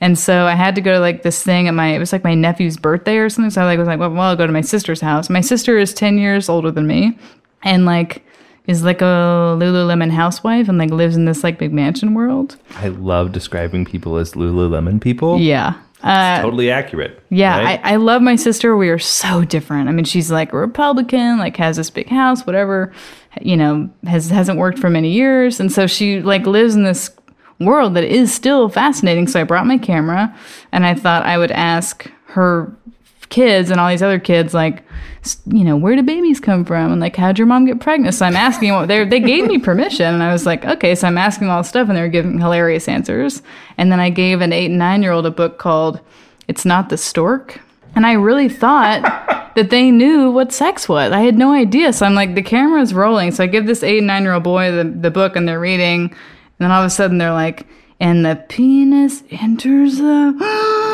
C: And so I had to go to like this thing at my, it was like my nephew's birthday or something. So I like was like, well, well, I'll go to my sister's house. My sister is 10 years older than me and like is like a Lululemon housewife and like lives in this like big mansion world.
A: I love describing people as Lululemon people.
C: Yeah. Uh,
A: totally accurate.
C: Yeah,
A: right?
C: I, I love my sister. We are so different. I mean, she's like a Republican, like has this big house, whatever, you know, has hasn't worked for many years, and so she like lives in this world that is still fascinating. So I brought my camera, and I thought I would ask her kids and all these other kids like s- you know where do babies come from and like how'd your mom get pregnant so i'm asking what they they gave me permission and i was like okay so i'm asking all this stuff and they were giving hilarious answers and then i gave an eight and nine year old a book called it's not the stork and i really thought that they knew what sex was i had no idea so i'm like the camera's rolling so i give this eight and nine year old boy the, the book and they're reading and then all of a sudden they're like and the penis enters the [gasps]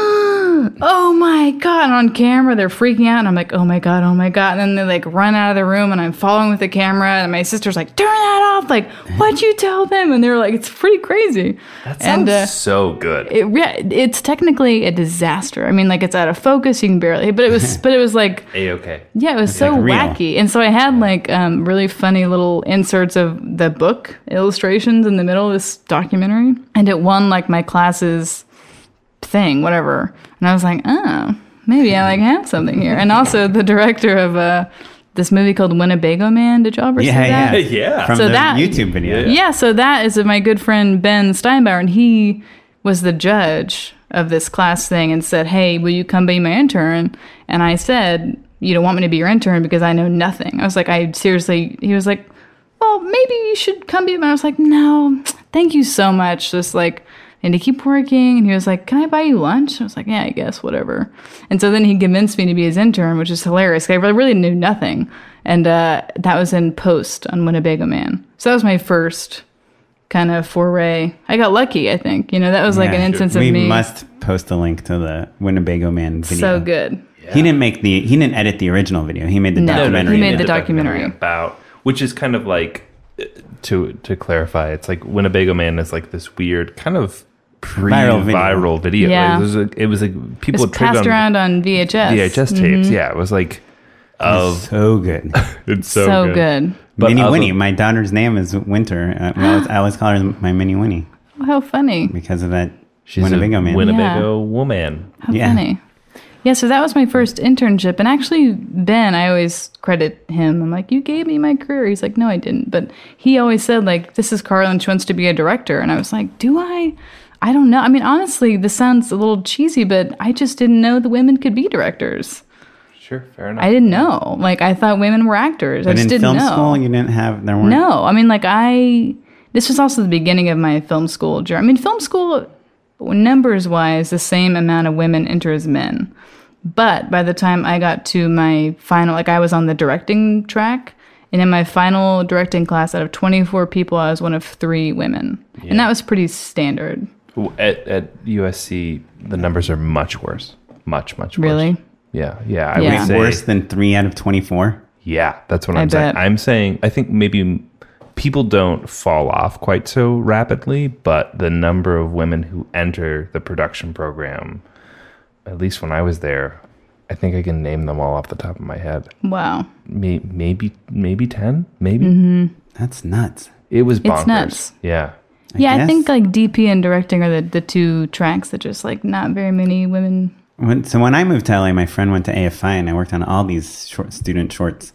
C: oh my god and on camera they're freaking out and i'm like oh my god oh my god and then they like run out of the room and i'm following with the camera and my sister's like turn that off like what'd you tell them and they're like it's pretty crazy
A: That sounds
C: and uh,
A: so good.
C: it, yeah, it's technically a disaster i mean like it's out of focus you can barely but
A: [laughs]
C: it was but it was like
A: A okay.
C: yeah, it was
A: It's,
C: so
A: like, real.
C: wacky. And so I had like um, really funny little inserts of the book illustrations in the middle of this documentary. And it won like my class's thing, whatever. And I was like, oh, maybe I like have something here. And also the director of uh, this movie called Winnebago Man. Did y'all ever see
B: Yeah, yeah.
C: that?
B: From
C: so
B: the
C: that,
B: YouTube video.
C: yeah. so that is my good friend Ben Steinbauer, and he was the judge of this class thing and said, Hey, will you come be my intern? And I said, You don't want me to be your intern because I know nothing. I was like, I seriously, he was like, Well, maybe you should come be. And I was like, No, thank you so much. Just like, and to keep working. And he was like, Can I buy you lunch? I was like, Yeah, I guess, whatever. And so then he convinced me to be his intern, which is hilarious. 'cause I really, really knew nothing. And uh, that was in post on Winnebago Man. So that was my first kind of foray. I got lucky, I think. You know, that was like an
B: Yeah.
C: instance
B: we
C: of me.
B: must post a link to the Winnebago Man video.
C: so good.
B: He didn't make the he didn't edit the original video. He made the
C: No, he
B: documentary.
C: made the documentary.
A: about which is kind of like uh, to to clarify it's like winnebago man is like this weird kind of
B: Viral video.
A: pre-viral video,
C: Yeah.
A: Like, it, was like, it was like
C: It
A: people
C: was
A: had traded
C: passed around on VHS.
A: vhs tapes
C: Mhm.
A: yeah it was like of
B: so good
A: it's so,
C: So, good.
B: Minnie
A: other-
B: Winnie. My daughter's name is Winter. Uh, well,
C: [gasps]
B: it's- I always call her my Minnie Winnie
C: How funny.
B: because of that
A: She's a
B: Winnebago man.
A: Winnebago woman.
C: How
B: Yeah.
C: funny. Yeah, so that was my first internship. And actually, Ben, I always credit him. I'm like, you gave me my career. He's like, no, I didn't. But he always said, like, this is Carla and she wants to be a director. And I was like, do I? I don't know. I mean, honestly, this sounds a little cheesy, but I just didn't know the women could be directors.
A: Sure, fair enough.
C: I didn't know. Like, I thought women were actors. I
B: But
C: just
B: in
C: didn't
B: film
C: know.
B: school, you didn't have there weren't.
C: No, I mean, like I. This was also the beginning of my film school journey. I mean, film school numbers wise, the same amount of women enter as men. But by the time I got to my final, like I was on the directing track, and in my final directing class, out of twenty four people, I was one of three women, and that was pretty standard.
A: Well, At, at USC, the numbers are much worse. Much, much worse.
C: Really?
A: Yeah, yeah. I
C: Yeah.
A: would say
B: Worse than three out of twenty-four.
A: Yeah, that's what
C: I
A: I'm saying.
C: bet.
A: I'm saying I think maybe m- people don't fall off quite so rapidly, but the number of women who enter the production program, at least when I was there, I think I can name them all off the top of my head.
C: Wow,
A: May- Maybe maybe ten, maybe
B: That's nuts.
A: it was bonkers.
C: Mm-hmm. it's nuts.
A: Yeah,
C: yeah, I
B: guess.
C: think like DP and directing are the, the two tracks that just like not very many women.
B: When, so when I moved to LA, my friend went to AFI, and I worked on all these short student shorts.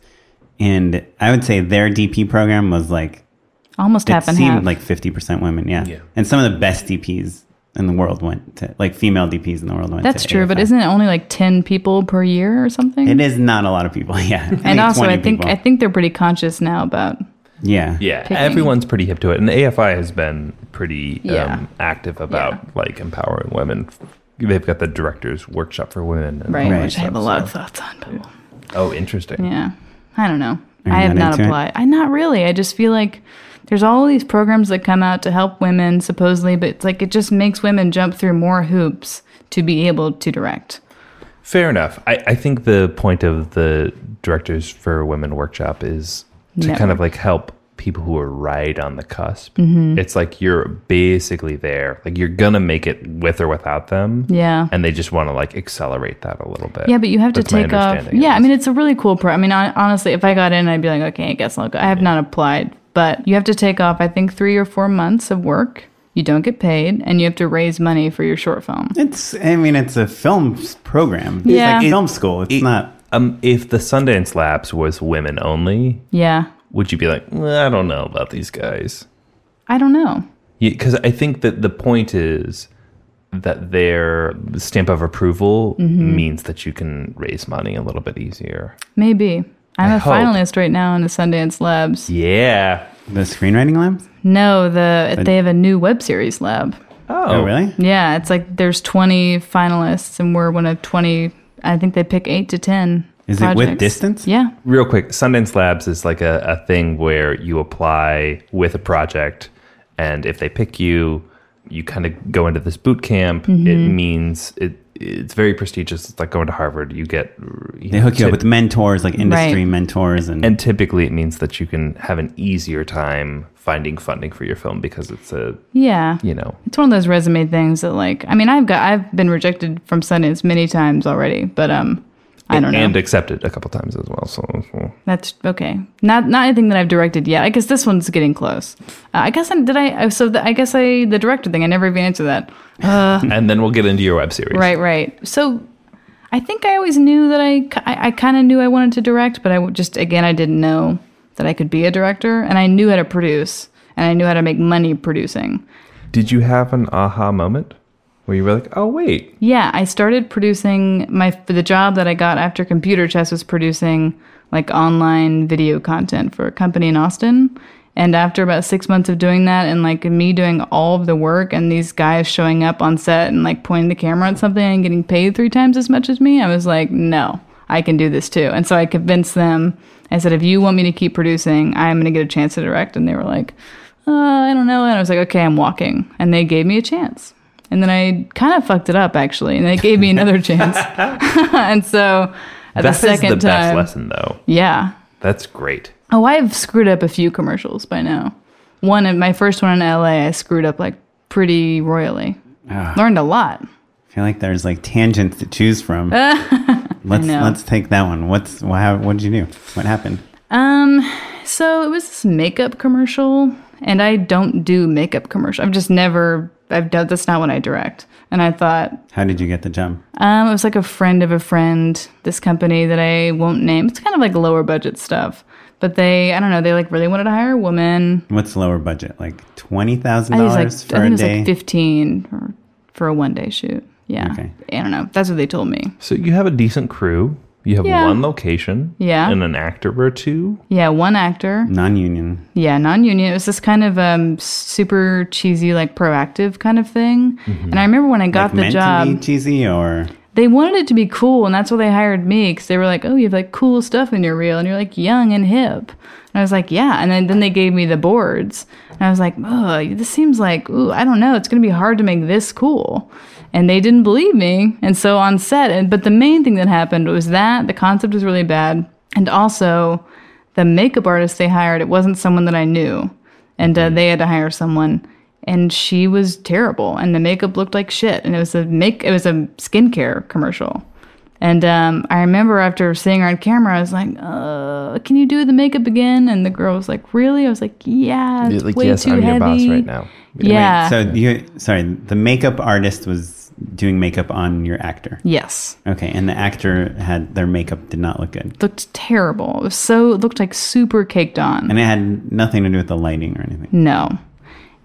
B: And I would say their DP program was like
C: Almost half
B: it
C: and
B: seemed
C: half.
B: like fifty percent women. Yeah. and some of the best DPs in the world went to like female DPs in the world went.
C: That's
B: to
C: true, but
B: AFI.
C: isn't it only like ten people per year or something?
B: It is not a lot of people. [laughs] Yeah,
C: and also, I
B: 20
C: think
B: people.
C: I think they're pretty conscious now about.
B: yeah,
A: yeah.
C: Picking.
A: Everyone's pretty hip to it, and AFI has been pretty
C: Yeah.
A: um, active about
C: Yeah.
A: like empowering women. They've got the directors workshop for women. and
C: Right,
A: all that
C: which I have a
A: stuff,
C: lot
A: so-
C: of thoughts on. But we'll-
A: Oh, interesting.
C: yeah, I don't know.
B: Are you
C: I have
B: not
C: not
B: into it?
C: applied. I not really. I just feel like there's all these programs that come out to help women supposedly, but it's like it just makes women jump through more hoops to be able to direct.
A: Fair enough. I, I think the point of the Directors for Women workshop is to kind of
C: Network.
A: like help people who are right on the cusp.
C: Mm-hmm.
A: It's like you're basically there. Like you're going to make it with or without them.
C: Yeah.
A: And they just want to like accelerate that a little bit.
C: Yeah, but you have to
A: That's my
C: take off.
A: understanding
C: Yeah, I
A: is.
C: mean, it's a really cool pro. I mean, hon- honestly, if I got in, I'd be like, okay, I guess I'll go. I have not applied, but you have to take off, I think, three or four months of work. You don't get paid, and you have to raise money for your short film.
B: It's. I mean, it's a film s- program. It's
C: Yeah.
B: like film school. It's not.
A: um, if the Sundance Labs was women only,
C: Yeah,
A: would you be like, "Well, I don't know about these guys?
C: I don't know.
A: because I think that the point is that their stamp of approval means that you can raise money a little bit easier.
C: Maybe I'm
A: I
C: a
A: hope.
C: finalist right now in the Sundance Labs.
A: Yeah.
B: The screenwriting labs?
C: No, the they have a new web series lab.
B: Oh, really?
C: Yeah, it's like there's 20 finalists, and we're one of 20. I think they pick eight to ten.
B: Is it with
C: projects.
B: distance?
C: Yeah.
A: Real quick, Sundance Labs is like a, a thing where you apply with a project, and if they pick you, you kind of go into this boot camp. It means it. It's very prestigious. It's like going to Harvard. You get you
B: They
A: know,
B: hook you up
A: tip-
B: with mentors, like industry
C: Right.
B: mentors, and,
A: and typically it means that you can have an easier time finding funding for your film because it's a
C: Yeah.
A: you know
C: It's one of those resume things that like I mean I've got I've been rejected from Sundance many times already, but um I don't know.
A: and accepted a couple times as well. So so-
C: That's okay. Not not anything that I've directed yet. I guess this one's getting close. Uh, I guess I did I oh, so the, I guess I the director thing I never even answered that.
A: and then we'll get into your web series.
C: Right, right. So I think I always knew that I ki- I, kind of knew I wanted to direct, but I w- just again I didn't know that I could be a director and I knew how to produce and I knew how to make money producing.
A: Did you have an aha moment where you were like, "Oh wait,
C: Yeah, I started producing my for the job that I got after computer chess was producing like online video content for a company in Austin. And after about six months of doing that and like me doing all of the work and these guys showing up on set and like pointing the camera at something and getting paid three times as much as me, I was like, no, I can do this too. And so I convinced them, I said, if you want me to keep producing, I'm going to get a chance to direct. And they were like, uh, I don't know. And I was like, okay, I'm walking. And they gave me a chance. And then I kind of fucked it up actually, and they gave
A: [laughs]
C: me another chance. [laughs] and so at
A: that's
C: the second
A: the best
C: time,
A: lesson though.
C: yeah.
A: That's great."
C: Oh, I've screwed up a few commercials by now. One, in- my first one in LA, I screwed up like pretty royally.
A: Ah.
C: Learned a lot.
B: I feel like there's like tangents to choose
C: [laughs]
B: from. let's
C: know.
B: let's take that one. What's wha- how, what did you do? What happened?
C: Um, so it was this makeup commercial, and I don't do makeup commercial. I've just never I've done that's not what I direct. And I thought,
B: How did you get the job?
C: um, it was like a friend of a friend, this company that I won't name. It's kind of like lower budget stuff. But they, I don't know, they like really wanted to hire a woman.
B: What's lower budget? Like twenty
C: I
B: thousand
C: think it was like,
B: dollars for
C: I think it
B: a
C: was
B: day?
C: like 15 for, for a one day shoot. Yeah.
B: Okay.
C: I don't know. That's what they told me.
A: So you have a decent crew. You have
C: Yeah.
A: one location.
C: Yeah.
A: And an actor or two.
C: Yeah, one actor.
B: Non-union.
C: Yeah, non-union. It was this kind of um, super cheesy, like proactive kind of thing.
B: Mm-hmm.
C: And I remember when I got the
B: meant
C: job,
B: to be cheesy or
C: they wanted it to be cool, and that's why they hired me because they were like, "Oh, you have like cool stuff in your reel, and you're like young and hip." And I was like, "Yeah." And then, then they gave me the boards, and I was like, "Oh, this seems like ooh, I don't know. It's gonna be hard to make this cool." And they didn't believe me, and so on set. And but the main thing that happened was that the concept was really bad, and also the makeup artist they hired it wasn't someone that i knew and
A: Mm-hmm.
C: uh, they had to hire someone and she was terrible and the makeup looked like shit and it was a make it was a skincare commercial and um, I remember after seeing her on camera, I was like, uh, "Can you do the makeup again?" And the girl was like, "Really?" I was like, "Yeah, it's
A: Like,
C: way
A: yes,
C: too
A: I'm
C: heavy."
A: your boss right now.
C: Yeah.
B: So you sorry, the makeup artist was doing makeup on your actor.
C: Yes,
B: Okay, and the actor had their makeup did not look good.
C: looked terrible. It was so it looked like super caked on.
B: And it had nothing to do with the lighting or anything.
C: No,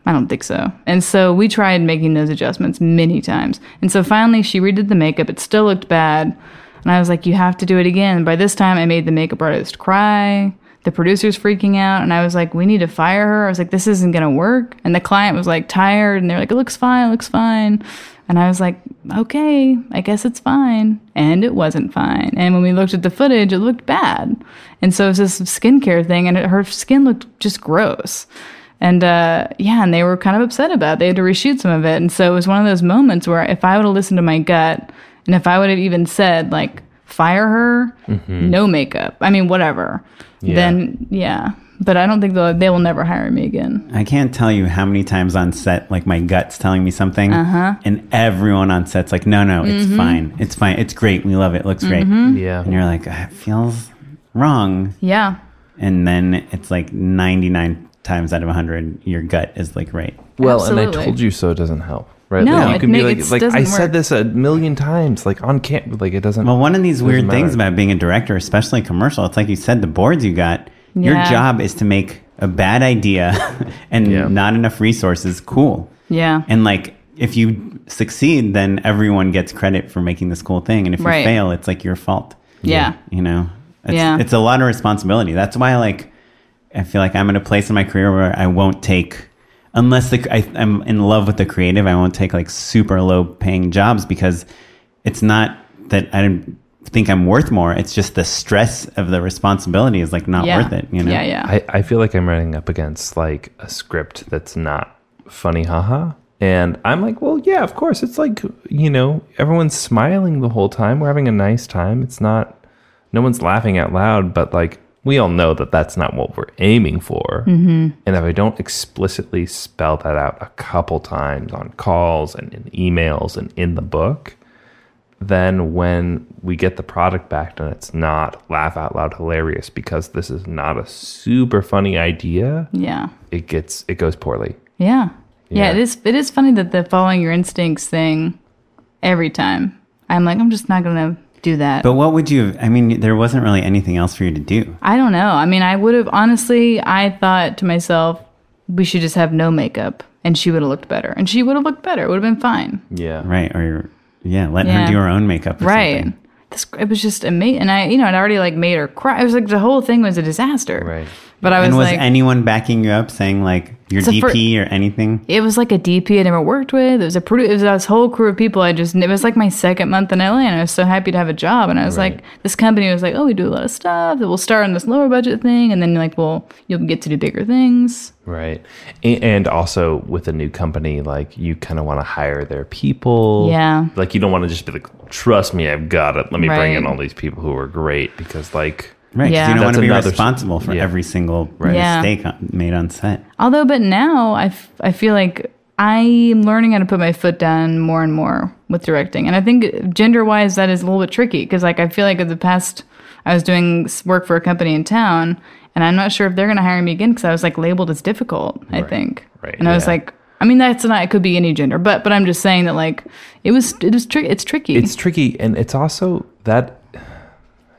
C: I don't think so. And so we tried making those adjustments many times. And so finally, she redid the makeup. It still looked bad. And I was like, you have to do it again. by this time, I made the makeup artist cry. The producer's freaking out. And I was like, we need to fire her. I was like, this isn't going to work. And the client was like, tired. And they're like, it looks fine. It looks fine. And I was like, okay, I guess it's fine. And it wasn't fine. And when we looked at the footage, it looked bad. And so it was this skincare thing, and it, her skin looked just gross. And uh, yeah, and they were kind of upset about it. They had to reshoot some of it. And so it was one of those moments where if I would have listened to my gut and if I would have even said, like, fire her, no makeup, I mean, whatever, then yeah. But I don't think they'll, they will never hire me again.
B: I can't tell you how many times on set, like my gut's telling me something, and everyone on set's like, "No, no, it's fine, it's fine, it's great, we love it, looks great,"
A: Yeah.
B: and you're like, "Ah, "It feels wrong,"
C: Yeah.
B: and then it's like 99 times out of 100, your gut is like right.
A: Well, and I
C: Absolutely.
A: told you so. It doesn't help, right?
C: No,
A: like, you
C: it
A: can be
C: ma-
A: like,
C: it's-
A: like I
C: doesn't
A: said
C: work.
A: this a million times, like on camp, like it doesn't.
B: Well, one of these
A: doesn't
B: weird things
A: matter.
B: about being a director, especially commercial, it's like you said, the boards you got, your
C: Yeah.
B: job is to make a bad idea [laughs] and
A: Yeah.
B: not enough resources cool.
C: Yeah.
B: And like, if you succeed, then everyone gets credit for making this cool thing. And if
C: Right.
B: you fail, it's like your fault.
C: Yeah.
B: You know, it's,
C: Yeah.
B: it's a lot of responsibility. That's why, like, I feel like I'm in a place in my career where I won't take, unless the, I, I'm in love with the creative, I won't take like super low paying jobs because it's not that I don't think I'm worth more. It's just the stress of the responsibility is like not
C: yeah.
B: worth it. You know?
C: Yeah. Yeah.
A: I, I feel like I'm running up against like a script that's not funny, haha. And I'm like, well, yeah, of course. It's like, you know, everyone's smiling the whole time. We're having a nice time. It's not, no one's laughing out loud, but like, we all know that that's not what we're aiming for. And if I don't explicitly spell that out a couple times on calls and in emails and in the book, then when we get the product back and it's not laugh out loud hilarious because this is not a super funny idea,
C: yeah.
A: it gets it goes poorly.
C: Yeah. Yeah,
A: Yeah.
C: it is it is funny that the following your instincts thing every time. I'm like, I'm just not gonna do that.
B: But what would you, have- I mean, there wasn't really anything else for you to do.
C: I don't know. I mean I would have honestly I thought to myself, we should just have no makeup and she would have looked better. And she would have looked better. It would have been fine.
A: Yeah.
B: Right. Or, yeah, let
C: Yeah.
B: her do her own makeup. Or
C: right.
B: Something.
C: This, it was just amazing, and I, you know, I'd already like made her cry. It was like the whole thing was a disaster.
A: Right.
C: But I was
B: and was
C: like,
B: anyone backing you up saying like your
C: So
B: DP
C: for-
B: or anything?
C: it was like a DP I never worked with. It was a produ- it was this whole crew of people. I just it was like my second month in LA, and I was so happy to have a job. And I was like, this company was like, oh, we do a lot of stuff. We'll start on this lower budget thing, and then like, well, you'll get to do bigger things.
A: Right. A- And also with a new company, like you kind of want to hire their people.
C: Yeah.
A: Like you don't want to just be like, trust me, I've got it. Let me bring in
C: Right.
A: all these people who are great because like
B: Right. 'cause
C: Yeah.
B: You don't want
A: That's
B: to be
A: another-
B: responsible for
A: yeah.
B: every single
C: Yeah.
B: mistake on, made on set. [clears throat]
C: Although, but now I, f- I feel like I'm learning how to put my foot down more and more with directing. And I think gender wise, that is a little bit tricky because, like, I feel like in the past, I was doing s- work for a company in town, and I'm not sure if they're going to hire me again because I was like labeled as difficult, I think.
A: right,
C: And I was
A: yeah.
C: like, I mean, that's not. It could be any gender, but but I'm just saying that like it was it was tricky. It's tricky.
A: It's tricky, and it's also that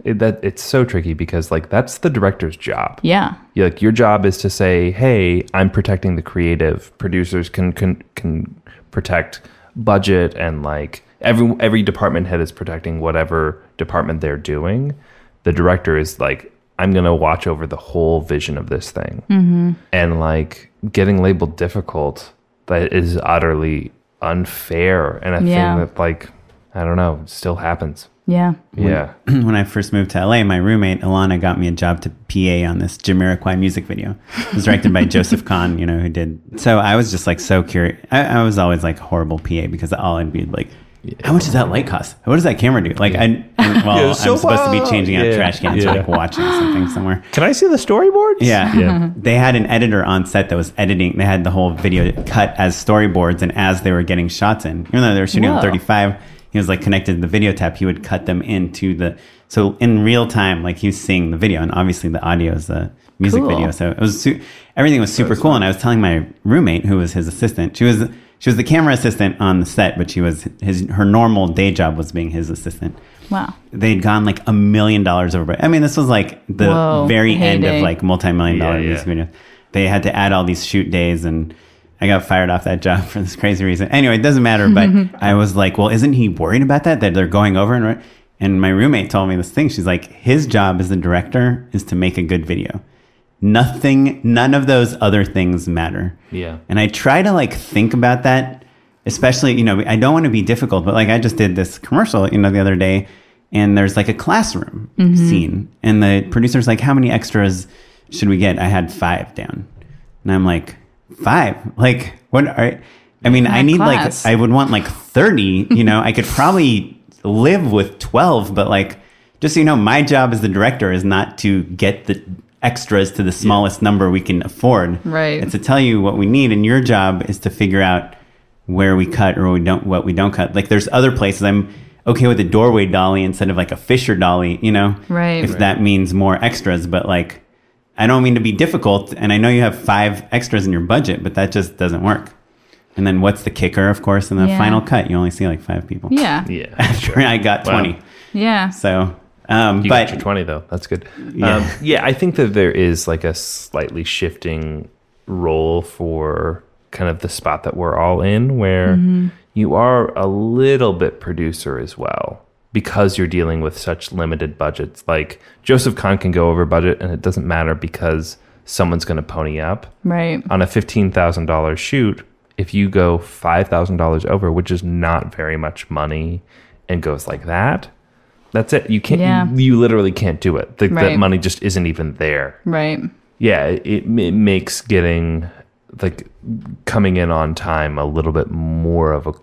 A: it, that it's so tricky because like that's the director's job.
C: Yeah.
A: You- like your job is to say, "Hey, I'm protecting the creative. Producers can can can protect budget and like every every department head is protecting whatever department they're doing. The director is like, "I'm going to watch over the whole vision of this thing."
I: Mhm.
A: And like getting labeled difficult that is utterly unfair and a
C: Yeah.
A: thing that like I don't know, still happens.
C: Yeah.
K: [clears throat]
B: When-
A: Yeah.
B: When I first moved to LA, my roommate Alana got me a job to PA on this Jamiroquai music video. It was directed
C: [laughs]
B: by Joseph Kahn, you know, who did. So I was just like so curious. I, I was always like a horrible PA because all I'd be like, how much does that light cost? What does that camera do? Like, I, and- well,
K: [laughs] Yeah,
B: I'm
K: so
B: supposed to
K: far-
B: be changing out
K: Yeah.
B: trash cans,
K: Yeah.
B: like watching something somewhere.
K: Can I see the storyboards? [laughs]
B: Yeah.
K: Yeah.
B: they had an editor on set that was editing. They had the whole video cut as storyboards and as they were getting shots in. Even though they were shooting
K: Whoa.
B: on 35, he was like connected to the video tap. He would cut them into the. So in real time, like he was seeing the video, and obviously the audio is the music
K: Cool.
B: video. So it was su- everything was super cool. And I was telling my roommate, who was his assistant, she was she was the camera assistant on the set, but she was his her normal day job was being his assistant
C: Wow.
B: they'd gone like a million dollars over. I mean, this was like the
C: Whoa,
B: very end
C: heyday.
B: of like multi-million dollar
A: Yeah, yeah.
B: music videos. They had to add all these shoot days and I got fired off that [laughs] job for this crazy reason. Anyway, it doesn't matter,
C: [laughs]
B: but I was like, well, isn't he worried about that? That they're going over and and my roommate told me this thing. She's like, his job as the director is to make a good video. Nothing, none of those other things matter.
A: Yeah.
B: And I try to like think about that, especially, you know, I don't want to be difficult, but like I just did this commercial, you know, the other day, and there's like a classroom
K: Mhm.
B: scene. And the producer's like, How many extras should we get? I had five down. And I'm like, Five? Like, what are, I mean, I need
K: class.
B: like, I would want like 30, you know, I could probably live with 12, but like, just so you know, my job as the director is not to get the extras to the smallest number we can afford.
C: Right.
B: It's to tell you what we need, and your job is to figure out where we cut or we don't what we don't cut. Like there's other places I'm okay with a doorway dolly instead of like a Fisher dolly, you know?
C: Right.
B: If
C: Right.
B: that means more extras, but like I don't mean to be difficult, and I know you have five extras in your budget, but that just doesn't work. And then what's the kicker, of course, in the
C: Yeah.
B: final cut? You only see like five people.
C: Yeah.
A: Yeah.
B: After [laughs] I got
A: Wow.
B: twenty.
C: Yeah.
B: So um
A: you
B: but
A: got your 20 though that's good yeah.
B: Yeah.
A: Um, yeah i think that there is like a slightly shifting role for kind of the spot that we're all in where
B: Mm-hmm.
K: Mhm.
A: you are a little bit producer as well because you're dealing with such limited budgets like joseph kahn can go over budget and it doesn't matter because someone's going to pony up
C: Right.
A: on a $15,000 shoot, if you go $5,000 over, which is not very much money, and goes like that, that's it. You can't,
C: Yeah.
A: you, literally can't do it. The, That
C: Right.
A: money just isn't even there.
C: Right.
A: Yeah, it, it makes getting, like, coming in on time a little bit more of a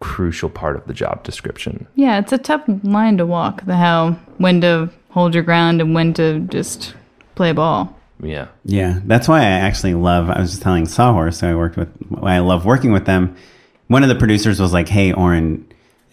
A: crucial part of the job description.
C: Yeah. It's a tough line to walk. The how when to hold your ground and when to just play ball.
A: Yeah.
B: Yeah, that's why I actually love. I was just telling Sawhorse, who I worked with, why I love working with them. One of the producers was like, "Hey, Oren,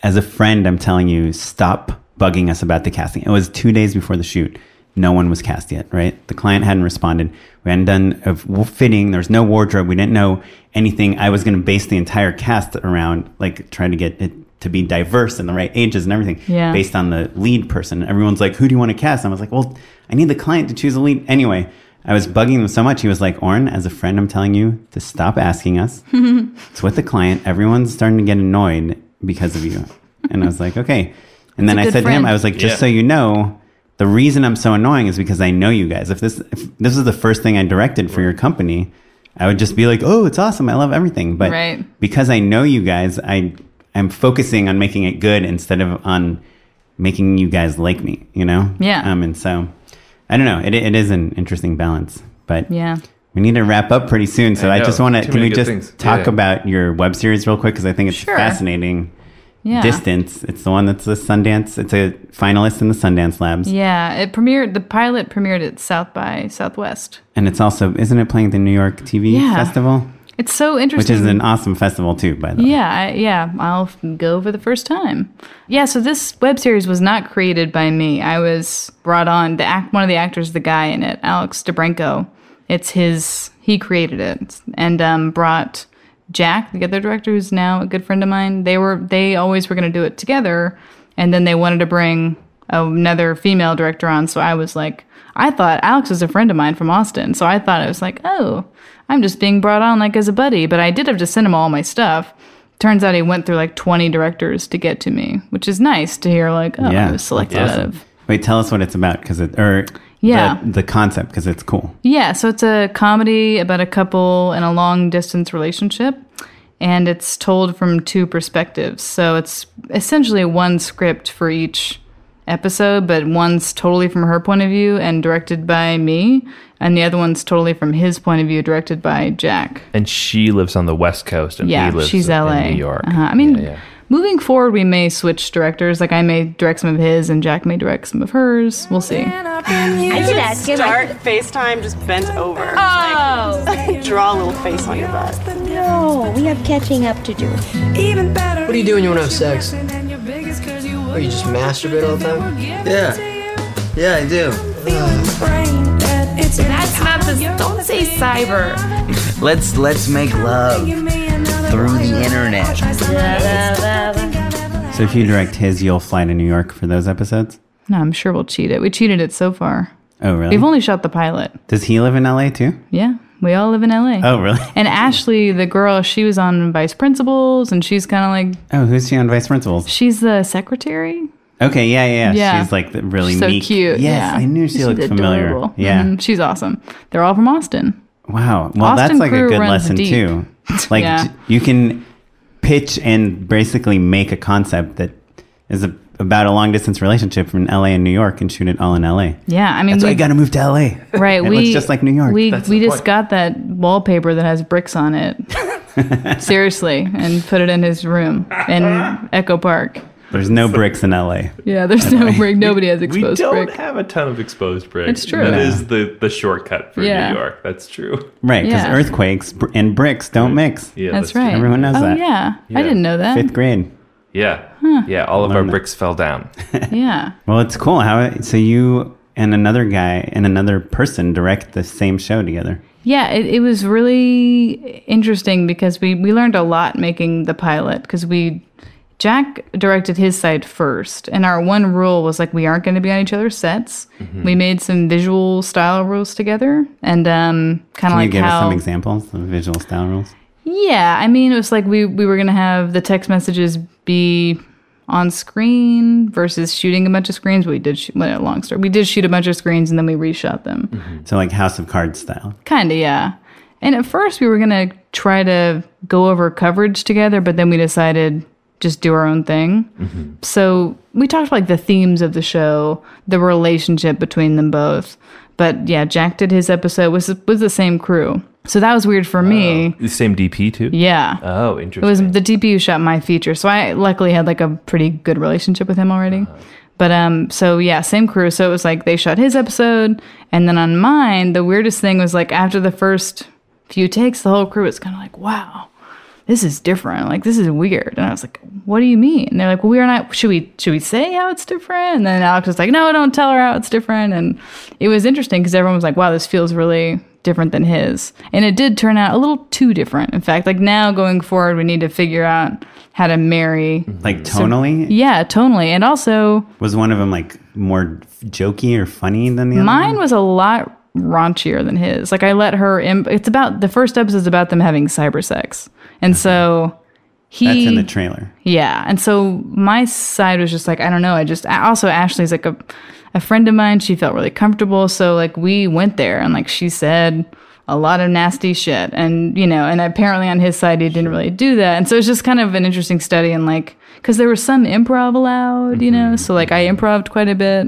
B: as a friend, I'm telling you, stop bugging us about the casting." It was two days before the shoot. No one was cast yet, right? The client hadn't responded. We hadn't done a w- fitting. There was no wardrobe. We didn't know anything. I was going to base the entire cast around, like, trying to get it to be diverse and the right ages and everything
K: Yeah.
B: based based on the lead person. Everyone's like, who do you want to cast? And I was like, well, I need the client to choose a lead. Anyway, I was bugging him so much. He was like, Oren, as a friend, I'm telling you to stop
K: [laughs]
B: asking us. it's with the client. Everyone's starting to get annoyed because of you. And I was like, okay. And then
K: That's a
B: I
K: good
B: said to him,
K: friend.
B: I was like, just
K: Yeah.
B: so you know, the reason I'm so annoying is because I know you guys. If this if this is the first thing I directed for your company, I would just be like, oh, it's awesome. I love everything. But
K: Right.
B: because I know you guys, I I'm focusing on making it good instead of on making you guys like me, you know?
C: Yeah.
B: Um, and so I don't know. It, it is an interesting balance, but
C: Yeah.
B: we need to wrap up pretty soon. So
K: I
B: I,
K: know.
B: just want to,
K: Too
B: can
K: many
B: we
K: good
B: just
K: things.
B: talk
K: Yeah.
B: about your web series real quick? Cause I think it's
K: Sure.
B: fascinating.
C: Yeah.
B: Distance. It's the one that's the Sundance. It's a finalist in the Sundance Labs.
C: Yeah. It premiered. The pilot premiered at South by Southwest.
B: And it's also, isn't it playing at the New York TV
C: Yeah.
B: Festival?
C: It's so
B: Which
C: interesting.
B: is an awesome festival too, by the way.
C: Yeah, I, yeah, I'll f- go for the first time. Yeah, so this web series was not created by me. I was brought on. The act, one of the actors, the guy in it, Alex DeBrenko. It's his. He created it and um, brought Jack, the other director, who's now a good friend of mine, they were they always were going to do it together, and then they wanted to bring another female director on. So I was like, I thought Alex was a friend of mine from Austin, so I thought it was like, oh, I'm just being brought on like as a buddy. But I did have to send him all my stuff. Turns out he went through like 20 directors to get to me, which is nice to hear. Like, oh, I was selected
B: that's
C: out
B: awesome.
C: of
B: Wait, tell us what it's about, because it or
C: Yeah.
B: the, the concept, because it's cool.
C: Yeah, so it's a comedy about a couple in a long distance relationship, and it's told from two perspectives. So it's essentially one script for each episode, but one's totally from her point of view and directed by me, and the other one's totally from his point of view, directed by Jack.
A: And she lives on the West Coast, and
C: yeah,
A: he lives
C: she's
A: in
C: LA.
A: New York.
C: Uh-huh. I mean, moving forward, we may switch directors. Like I may direct some of his, and Jack may direct some of hers. We'll see.
I: I
K: did ask him, I-
I: Start FaceTime just bent over. Oh. draw a little face on your butt.
K: No, we have catching up to do.
I: Even better.
L: What do you do when you want to have sex? Or you just masturbate all the time?
M: Yeah. Yeah, I do.
I: That's
N: not the. Don't say cyber.
M: Let's let's make love
B: through the internet. So if you direct his, you'll fly to New York for those episodes.
C: No, I'm sure we'll cheat it. We cheated it so far.
B: Oh, really?
C: We've only shot the pilot.
B: Does he live in LA too?
C: Yeah, we all live in LA.
B: Oh,
C: [laughs]
B: really?
C: And Ashley, the girl, she was on Vice Principals, and she's kind of like
B: Oh, who's she on Vice Principals?
C: she's the secretary.
B: Okay, yeah, yeah,
C: Yeah.
B: She's like the really
C: she's so
B: meek.
C: cute.
B: Yes,
C: yeah.
B: I knew she
C: She's
B: looked familiar.
C: adorable.
B: Yeah.
C: Mhm. she's awesome. They're all from Austin.
B: Wow. Well,
C: Austin
B: that's like a
C: Crew
B: good
C: runs
B: lesson
C: deep. [laughs]
B: too. Like
C: Yeah.
B: j- you can pitch and basically make a concept that is a, about a long distance relationship from LA and New York and shoot it all in LA.
C: Yeah, I mean,
B: that's why
C: we-
B: you got to move to LA.
C: [laughs] Right,
B: It
C: we
B: looks just like New York.
C: We we just got that wallpaper that has bricks on
B: [laughs]
C: it. Seriously, and put it in his room in Echo Park.
B: There's no bricks in LA.
C: Yeah,
A: [laughs]
C: there's no brick. Nobody has exposed
A: we don't
C: brick.
A: have a ton of exposed brick.
C: It's true.
A: That
C: Yeah.
A: is the the shortcut for
C: Yeah.
A: New York. That's true.
B: Right, because
C: Yeah.
B: earthquakes br- and bricks don't mix.
A: Yeah,
C: That's right.
B: Everyone knows
C: oh,
B: that.
C: Yeah.
B: Yeah.
C: I didn't know that.
B: Fifth grade.
A: Yeah,
C: Huh.
A: yeah. All of our bricks fell down.
C: Yeah.
B: Well, it's cool. How so you and another guy and another person direct the same show together.
C: Yeah, it, it was really interesting because we, we learned a lot making the pilot because we Jack directed his side first, and our one rule was like we aren't going to be on each other's sets.
A: Mm-hmm.
B: Mhm.
C: We made some visual style rules together, and um,
B: Can
C: kind of
B: you
C: like
B: give
C: how
B: us some examples of visual style rules?
C: yeah, I mean, it was like we we were gonna have the text messages be on screen versus shooting a bunch of screens. We did shoot, well, long story. We did shoot a bunch of screens and then we reshot them.
B: So like House of Cards style.
C: Kind of, yeah. And at first, we were gonna try to go over coverage together, but then we decided just do our own thing. So we talked like the themes of the show, the relationship between them both. But yeah, Jack did his episode was was the same crew, so that was weird for me.
A: The same DP too.
C: Yeah.
A: Oh,
C: It
A: interesting.
C: was the DP who shot my feature, so I luckily had like a pretty good relationship with him already. But um, so yeah, same crew. So it was like they shot his episode, and then on mine, the weirdest thing was like after the first few takes, the whole crew was kind of like, "Wow, this is different. Like this is weird." And I was like, "What do you mean?" And they're like, well, "We're not. Should we? Should we say how it's different?" And then Alex was like, "No, don't tell her how it's different." And it was interesting because everyone was like, "Wow, this feels really different than his." And it did turn out a little too different. In fact, like now going forward, we need to figure out how to marry.
B: Like tonally?
C: Yeah, tonally, and also
B: Was one of them like more jokey or funny than the other?
C: Mine was a lot raunchier than his. Like I let her. Im- it's about the first episode is about them having cyber sex, and so he.
B: That's in the trailer.
C: Yeah, and so my side was just like I don't know. I just I- also Ashley's like a a friend of mine. She felt really comfortable, so like we went there and like she said a lot of nasty shit, and you know, and apparently on his side he didn't really do that, and so it's just kind of an interesting study and like because there was some improv allowed, you know, so like I improved quite a bit.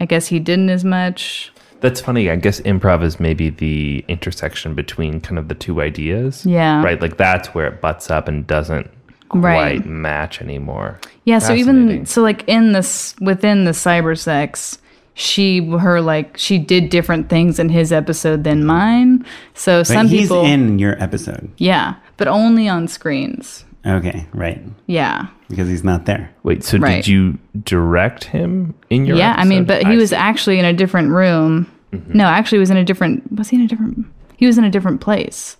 C: I guess he didn't as much.
A: That's funny. I guess improv is maybe the intersection between kind of the two ideas.
C: Yeah.
A: Right. Like that's where it butts up and doesn't quite
C: Right.
A: match anymore.
C: Yeah, so even
A: Fascinating.
C: so like in this within the cyber sex, she her like she did different things in his episode than mine. So
B: But
C: some
B: he's
C: people
B: in your episode.
C: Yeah, but only on screens.
B: Okay, right.
C: Yeah.
B: Because he's not there.
A: Wait, so
C: Right.
A: did you direct him in your?
C: yeah, I mean, but
A: episode?
C: he
A: I
C: was
A: see. Mm-hmm.
C: actually in a different room. No, actually he was in a different was he in a different he was in a different place.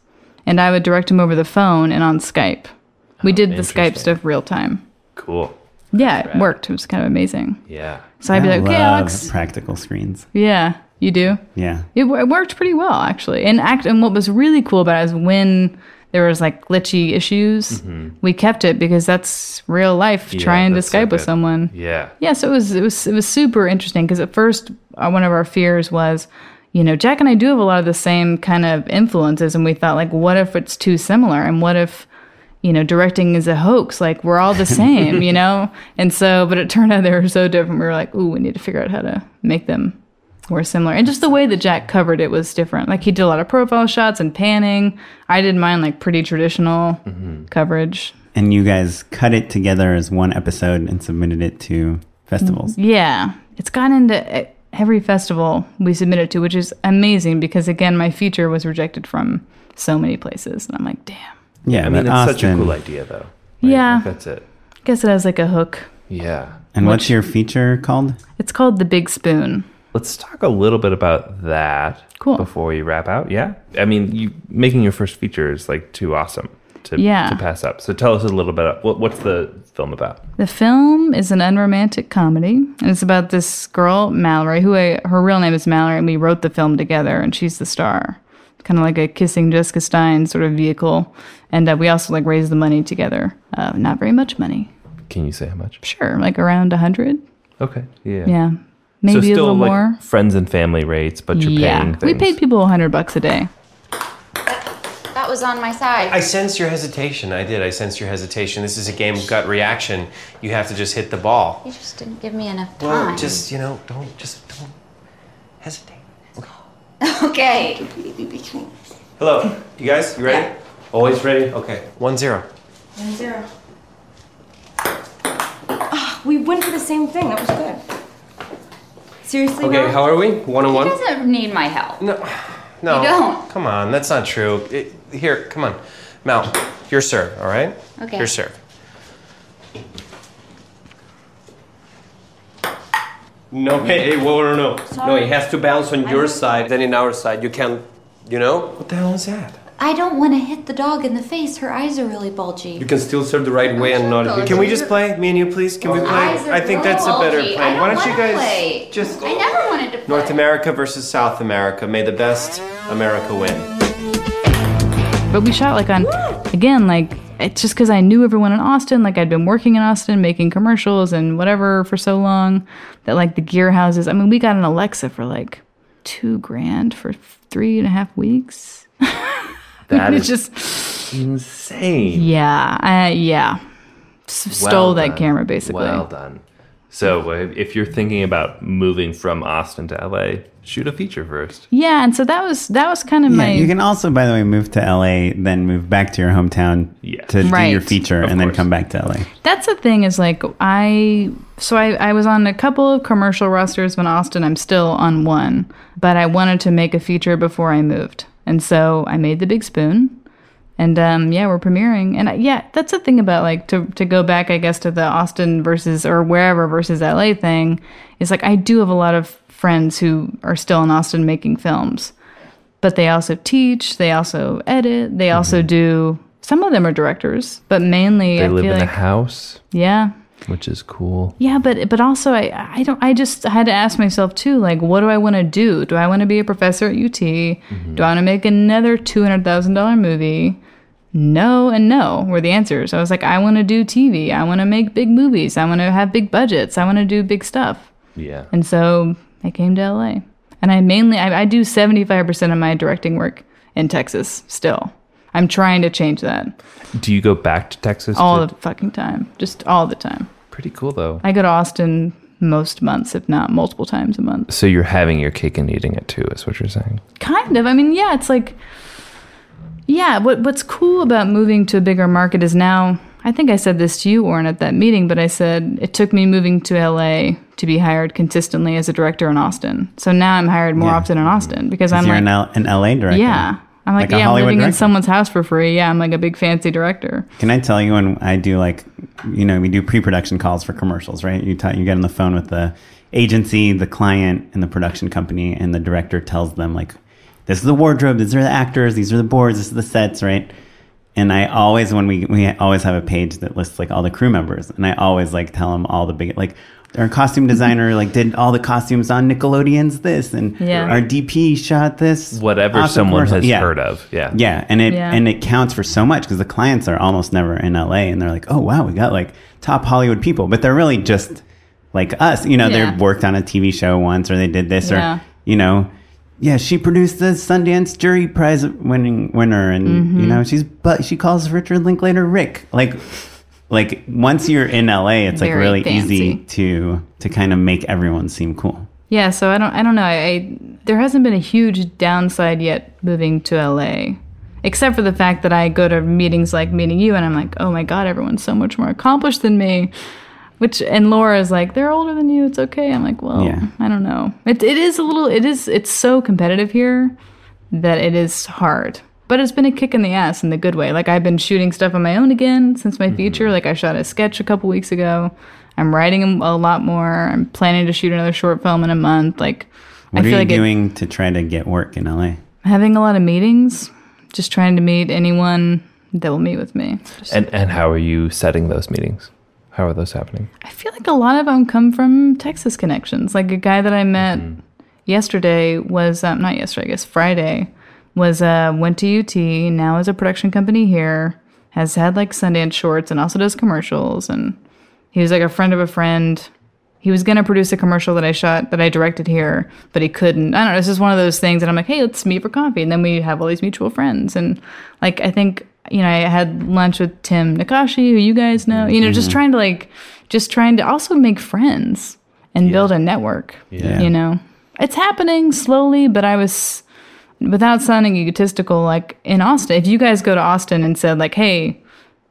C: and I would direct him over the phone and on Skype.
A: Oh,
C: We did the Skype stuff real time.
A: Cool.
C: Yeah, it worked. It was kind of amazing.
A: Yeah.
C: So I'd be
B: I
C: like, okay,
B: love
C: Alex.
B: Practical screens.
C: Yeah, you do.
B: Yeah.
C: It, wo- it worked pretty well actually. And act and what was really cool about it is when there was like glitchy issues,
A: Mhm.
C: we kept it because that's real life
A: Yeah,
C: trying to
A: that's so
C: Skype with
A: good.
C: someone.
A: Yeah.
C: Yeah, so it was it was it was super interesting because at first uh, one of our fears was, you know, Jack and I do have a lot of the same kind of influences, and we thought like, what if it's too similar, and what if, you know, directing is a hoax? Like we're all the same, you know. And so, but it turned out they were so different. We were like, ooh, we need to figure out how to make them more similar, and just the way that Jack covered it was different. Like he did a lot of profile shots and panning. I did mine like pretty traditional coverage.
B: And you guys cut it together as one episode and submitted it to festivals.
C: Yeah, it's gone into e- every festival we submit it to, which is amazing because again, my feature was rejected from so many places, and I'm like, damn.
B: Yeah,
A: I mean, it's
B: but
A: such a
B: Austin-
A: cool idea, though.
C: yeah,
A: That's it.
C: guess it has like a hook.
A: Yeah.
B: And what's your feature called?
C: It's called the Big Spoon.
A: Let's talk a little bit about that
C: Cool.
A: before we wrap out. Yeah. I mean, you making your first feature is like too awesome to,
C: Yeah.
A: to pass up. So tell us a little bit. What, what's the film about?
C: The film is an unromantic comedy, and it's about this girl, Mallory, who I, her real name is Mallory, and we wrote the film together, and she's the star. Kind of like a kissing Jessica Stein sort of vehicle, and uh, we also like raised the money together. Uh, not very much money,
A: Can you say how much?
C: sure, like around a hundred.
A: Okay. Yeah.
C: Yeah. Maybe
A: so
C: a
A: still
C: little
A: like
C: more.
A: friends and family rates, but you're paying
C: we
A: things.
C: paid people 100 bucks a day.
O: That was on my side.
J: I sense your hesitation. I did. I sense your hesitation. This is a game of gut reaction. You have to just hit the ball.
O: You just didn't give me enough time.
J: Well, just you know, don't just don't hesitate.
O: Okay.
J: Hello, you guys. You ready? Always ready. Okay. One zero.
N: One zero. Ah, we went for the same thing. That was good.
O: Seriously,
J: Okay. How are we? One on
O: He
J: one.
O: doesn't need my help.
J: No. No.
O: You don't.
J: Come on, that's not true. It- here, come on, Mal. Your serve. All right.
O: Okay.
J: Your serve. No, hey, whoa, no, no, no.
O: Sorry.
J: It has to bounce on
O: I-
J: your side, then in our side. You can't, you know. What the hell is that?
O: I don't want to hit the dog in the face. Her eyes are really bulgy.
J: You can still serve the right way and not.
O: Can we just
J: play, me and you, please? Can we
O: Eyes are bulgy. I don't wanna play.
J: just-
O: I never wanted to play.
J: North America versus South America. May the best America win.
C: But we shot like on, again, like it's just because I knew everyone in Austin. Like I'd been working in Austin, making commercials and whatever for so long that like the gear houses. I mean, we got an Alexa for like two grand for three and a half weeks. [laughs]
A: That
C: It's
A: is
C: just
A: insane.
C: Yeah. I, yeah. S-
A: Well
C: stole that
A: done.
C: camera basically.
A: Well done. So uh, if you're thinking about moving from Austin to LA, shoot a feature first.
C: Yeah. And so that was, that was kind of
B: Yeah,
C: my.
B: you can also, by the way, move to LA, then move back to your hometown to do your
C: Right.
B: feature, and then come back to LA.
C: That's the thing is like I so I, I was on a couple of commercial rosters in Austin. I'm still on one, but I wanted to make a feature before I moved, and so I made the Big Spoon, and um, yeah, we're premiering. And I, yeah, that's the thing about like to to go back, I guess, to the Austin versus or wherever versus LA thing is like I do have a lot of friends who are still in Austin making films, but they also teach, they also edit, they also do. Some of them are directors, but
A: Mm-hmm.
C: mainly
A: they
C: I
A: live
C: feel
A: in
C: like
A: a house,
C: yeah.
A: which is cool.
C: Yeah, but but also I I don't I just had to ask myself too like what do I want to do? Do I want to be a professor at UT? Do I want to make another $200,000 movie? No and no were the answers. I was like I want to do TV. I want to make big movies. I want to have big budgets. I want to do big stuff.
A: Yeah.
C: And so I came to LA. And I mainly I, I do 75% of my directing work in Texas still. I'm trying to change that
A: Do you go back to Texas?
C: all
A: to-
C: the fucking time. Just all the time.
A: pretty cool though.
C: I go to Austin most months, if not multiple times a month.
A: so you're having your cake and eating it too, is what you're saying.
C: Kind of. I mean, yeah, it's like, yeah. What What's cool about moving to a bigger market is now. I think I said this to you, Warren, at that meeting, but I said it took me moving to LA to be hired consistently as a director in Austin. So now I'm hired more often in Austin because I'm
B: you're
C: like,
B: an, L- an LA director.
C: yeah, I'm like,
B: Like a
C: yeah, I'm
B: Hollywood
C: living in
B: director.
C: someone's house for free. Yeah, I'm like a big fancy director.
B: Can I tell you when I do like, you know, we do pre-production calls for commercials, right? You ta you get on the phone with the agency, the client, and the production company, and the director tells them like, this is the wardrobe, these are the actors, these are the boards, this is the sets, right? And I always, when we, we always have a page that lists like all the crew members. And I always like tell them all the big, like our costume designer like did all the costumes on Nickelodeon's this and
C: Yeah.
B: our DP shot this.
A: Whatever
B: awesome
A: someone
B: commercial.
A: has
B: Yeah.
A: heard of. Yeah.
B: Yeah, and it
C: Yeah.
B: and it counts for so much because the clients are almost never in LA, and they're like, "Oh wow, we got like top Hollywood people," but they're really just like us. You know,
C: Yeah.
B: they worked on a TV show once, or they did this,
C: Yeah.
B: or you know, yeah, she produced the Sundance Jury Prize winning winner, and you
C: Mhm.
B: know, she's but she calls Richard Linklater Rick. Like, like once you're in LA, it's like
C: Very
B: really
C: fancy.
B: easy to to kind of make everyone seem cool.
C: Yeah, so I don't I don't know. I, I there hasn't been a huge downside yet moving to LA. Except for the fact that I go to meetings like meeting you and I'm like, "Oh my god, everyone's so much more accomplished than me." Which and Laura is like, "They're older than you. It's okay." I'm like, "Well,
B: Yeah.
C: I don't know. It it is a little it is it's so competitive here that it is hard. But it's been a kick in the ass in the good way. Like I've been shooting stuff on my own again since
B: Mm-hmm.
C: my feature. Like I shot a sketch a couple weeks ago. I'm writing a lot more. I'm planning to shoot another short film in a month. Like
B: What
C: I
B: are
C: feel
B: you
C: like it-
B: doing to try to get work in LA?
C: having a lot of meetings, just trying to meet anyone that will meet with me.
A: And and how are you setting those meetings? How are those happening?
C: I feel like a lot of them come from Texas connections. Like a guy that I met yesterday was um, not yesterday, I guess Friday was uh, went to UT. Now is a production company here. Has had like Sundance shorts and also does commercials. And he was like a friend of a friend. He was gonna produce a commercial that I shot that I directed here, but he couldn't. I don't know. It's just one of those things that I'm like, hey, let's meet for coffee, and then we have all these mutual friends. And like I think you know I had lunch with Tim Nakashi, who you guys know. You know, just
L: Mhm.
C: trying to like just trying to also make friends and build a network.
L: Yeah.
C: You know, it's happening slowly, but I was, without sounding egotistical, like in Austin, if you guys go to Austin and said, like, hey,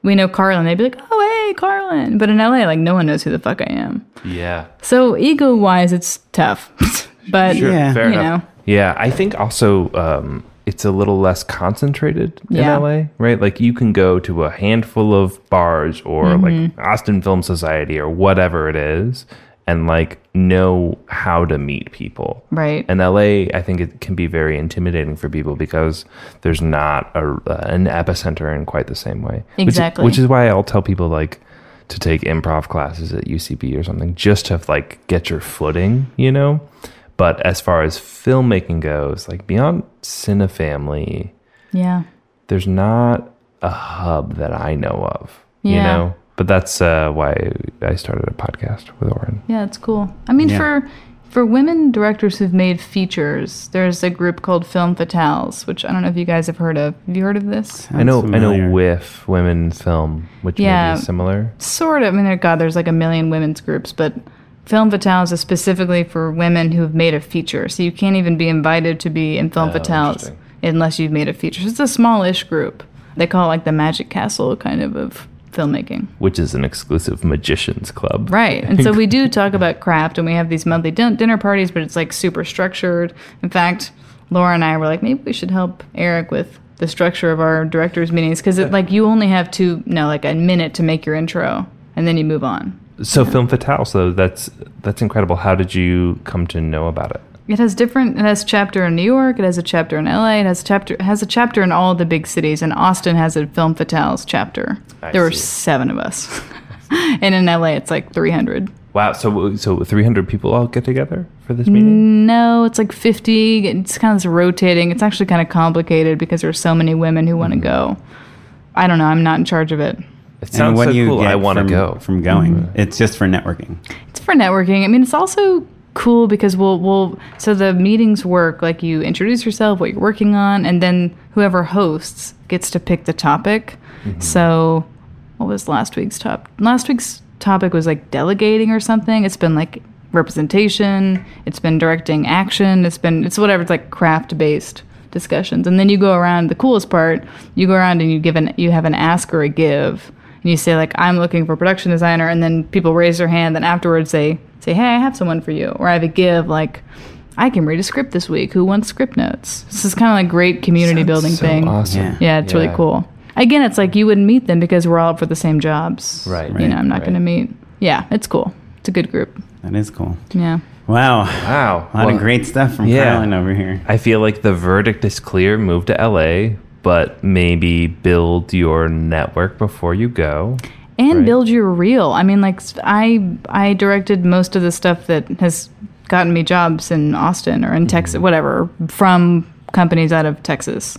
C: we know Carlin, they'd be like, oh, hey, Carlin. But in LA, like, no one knows who the fuck I am.
A: Yeah.
C: So ego wise, it's tough. [laughs] but,
A: fair
C: you
A: enough.
C: know,
A: Yeah, I think also um, it's a little less concentrated
C: Yeah.
A: in LA, right? Like you can go to a handful of bars or
C: Mhm.
A: like Austin Film Society or whatever it is, and like know how to meet people.
C: right.
A: And LA, I think it can be very intimidating for people because there's not a, uh, an epicenter in quite the same way. Which-
C: Exactly.
A: Which, is why I'll tell people like to take improv classes at UCB or something just to like get your footing, you know. But as far as filmmaking goes, like beyond Cinefamily,
C: Yeah.
A: there's not a hub that I know of, you
C: Yeah.
A: know. But that's uh, why I started a podcast with Oren.
C: Yeah, it's cool. I mean,
A: Yeah.
C: for for women directors who've made features, there's a group called Film Fatales, which I don't know if you guys have heard of. Have you heard of this?
A: I know, I know, WIF Women Film, which
C: Yeah.
A: may be similar.
C: Sort of. I mean, there- God, there's like a million women's groups, but Film Fatales is specifically for women who have made a feature. So you can't even be invited to be in Film Fatales unless you've made a feature. So it's a smallish group. They call it like the Magic Castle kind of of filmmaking.
A: which is an exclusive magicians club.
C: Right. And so we do talk about craft and we have these monthly din- dinner parties, but it's like super structured. In fact, Laura and I were like, maybe we should help Eric with the structure of our directors' meetings because it like you only have two, no, like a minute to make your intro and then you move on.
A: So Film Fatale, so that's that's incredible. How did you come to know about it?
C: It has different. It has chapter in New York. It has a chapter in L.A. It has chapter it has a chapter in all the big cities. And Austin has a Film Fatales chapter.
A: I
C: there were
A: see.
C: seven of us, [laughs] and in L.A. it's like three hundred.
A: Wow, so so 300 people all get together for this meeting?
C: Mm. No, it's like 50. It's kind of this rotating. It's actually kind of complicated because there's so many women who
A: Mm-hmm.
C: want to go. I don't know. I'm not in charge of it.
A: It sounds so cool. I want to
B: from-
A: go. Mm.
B: from going. It's just for networking.
C: It's for networking. I mean, it's also cool because we'll we'll so the meetings work like you introduce yourself, what you're working on, and then whoever hosts gets to pick the topic. So, what was last week's top? Last week's topic was like delegating or something. It's been like representation. It's been directing action. It's been it's whatever. It's like craft based discussions. And then you go around. The coolest part, you go around and you give an you have an ask or a give and you say like i'm looking for a production designer and then people raise their hand then afterwards they say hey i have someone for you or i have a give like i can read a script this week who wants script notes this is kind of like great community building
A: so
C: thing
A: awesome. Yeah.
C: yeah it's really
A: Yeah.
C: cool again it's like you wouldn't meet them because we're all up for the same jobs
B: Right,
C: you
B: right,
C: know i'm not
B: right.
C: gonna meet yeah it's cool it's a good group
B: That is cool.
C: yeah
B: Wow.
A: Wow.
B: A lot of great stuff from Carlin over here.
A: I feel like the verdict is clear move to LA, but maybe build your network before you go.
C: and build your reel. I mean, like s- I I directed most of the stuff that has gotten me jobs in Austin or in Texas, whatever, from companies out of Texas,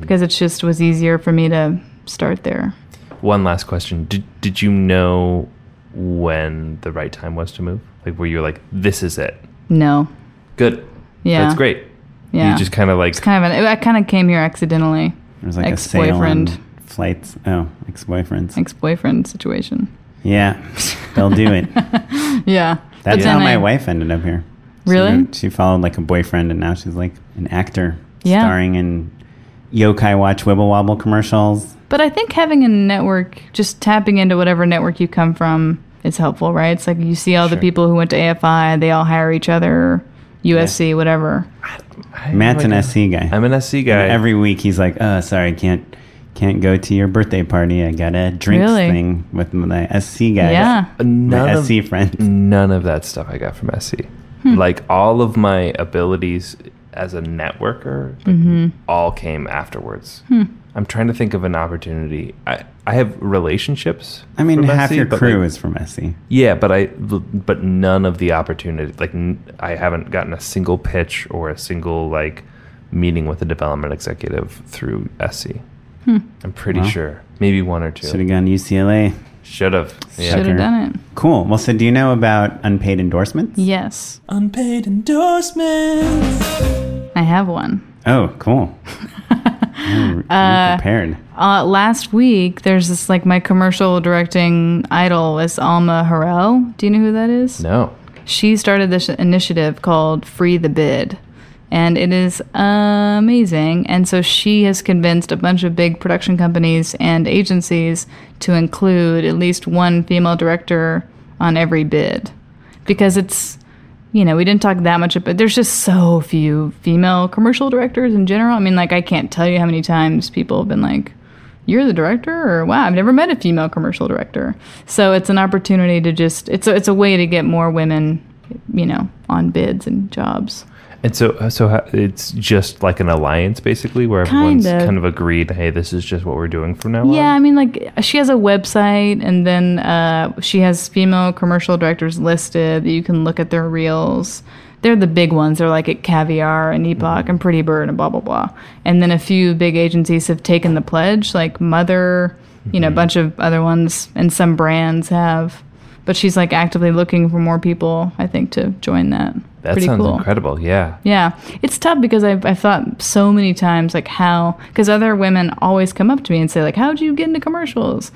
C: because it just was easier for me to start there.
A: One last question. Did, did you know when the right time was to move? Like, were you like, this is it?
C: No,
A: Good.
C: Yeah.
A: That's great.
C: yeah,
A: You just kind of like,
C: it's kind of an I kind of came here accidentally.
B: There's like a
C: ex-boyfriend
B: sale on flights. Oh, ex-boyfriends.
C: ex-boyfriend situation.
B: yeah, they'll do
C: [laughs]
B: it.
C: Yeah, But
B: That's how
C: then
B: my
C: I-
B: wife ended up here. She
C: Really?
B: moved- She, followed like a boyfriend, and now she's like an actor,
C: Yeah.
B: starring in yokai watch wibble wobble commercials.
C: But I think having a network, just tapping into whatever network you come from, is helpful, right? It's like you see all the people who went to AFI, they all hire each other, USC, whatever.
B: Matt's an
C: like
B: SC guy.
A: I'm an SC guy.
B: every week he's like, "Oh, sorry, can't can't go to your birthday party. I got a drinks
C: Really?
B: thing with my SC guy.
C: Yeah.
B: my
A: none of, Mm,
B: SC friend.
A: None of that stuff I got from SC.
C: Hmm.
A: Like all of my abilities as a networker
C: hmm
A: all came afterwards.
C: Hmm.
A: I'm trying to think of an opportunity. I, I have relationships.
B: I mean,
A: from
B: half
A: SC,
B: your
A: but,
B: crew
A: like,
B: is from SC.
A: Yeah, but I but none of the opportunity like n- I haven't gotten a single pitch or a single like meeting with a development executive through SC.
C: Hmm.
A: I'm pretty
B: Wow.
A: sure. Maybe one or
B: Should
A: two.
B: have gone UCLA.
A: Should have.
C: Should have done it.
B: Cool. Well, so do you know about unpaid endorsements?
C: Yes.
P: Unpaid endorsements.
C: I have one.
B: Oh,
C: [laughs]
B: cool. You're
C: Uh,
B: prepared.
C: Uh, last week, there's this like my commercial directing idol is Alma Harrell. Do you know who that is?
A: No.
C: She started this initiative called Free the Bid, and it is amazing. And so she has convinced a bunch of big production companies and agencies to include at least one female director on every bid because it's you know we didn't talk that much about there's just so few female commercial directors in general i mean like i can't tell you how many times people have been like you're the director or wow i've never met a female commercial director so it's an opportunity to just it's a, it's a way to get more women you know on bids and jobs
A: And so uh, so ha- it's just like an alliance basically where everyone's
C: Kinda.
A: kind of agreed, hey, this is just what we're doing from now on.
C: yeah i mean like she has a website and then uh, she has female commercial directors listed that you can look at their reels they're the big ones they're like at caviar and epoch
A: Mm-hmm.
C: and pretty bird and blah blah blah and then a few big agencies have taken the pledge like mother you know
A: Mm-hmm.
C: a bunch of other ones and some brands have but she's like actively looking for more people i think to join that
A: That
C: Pretty
A: sounds
C: cool.
A: incredible. Yeah.
C: Yeah, it's tough because I've, I've thought so many times, like, how, because other women always come up to me and say, like, how do you get into commercials?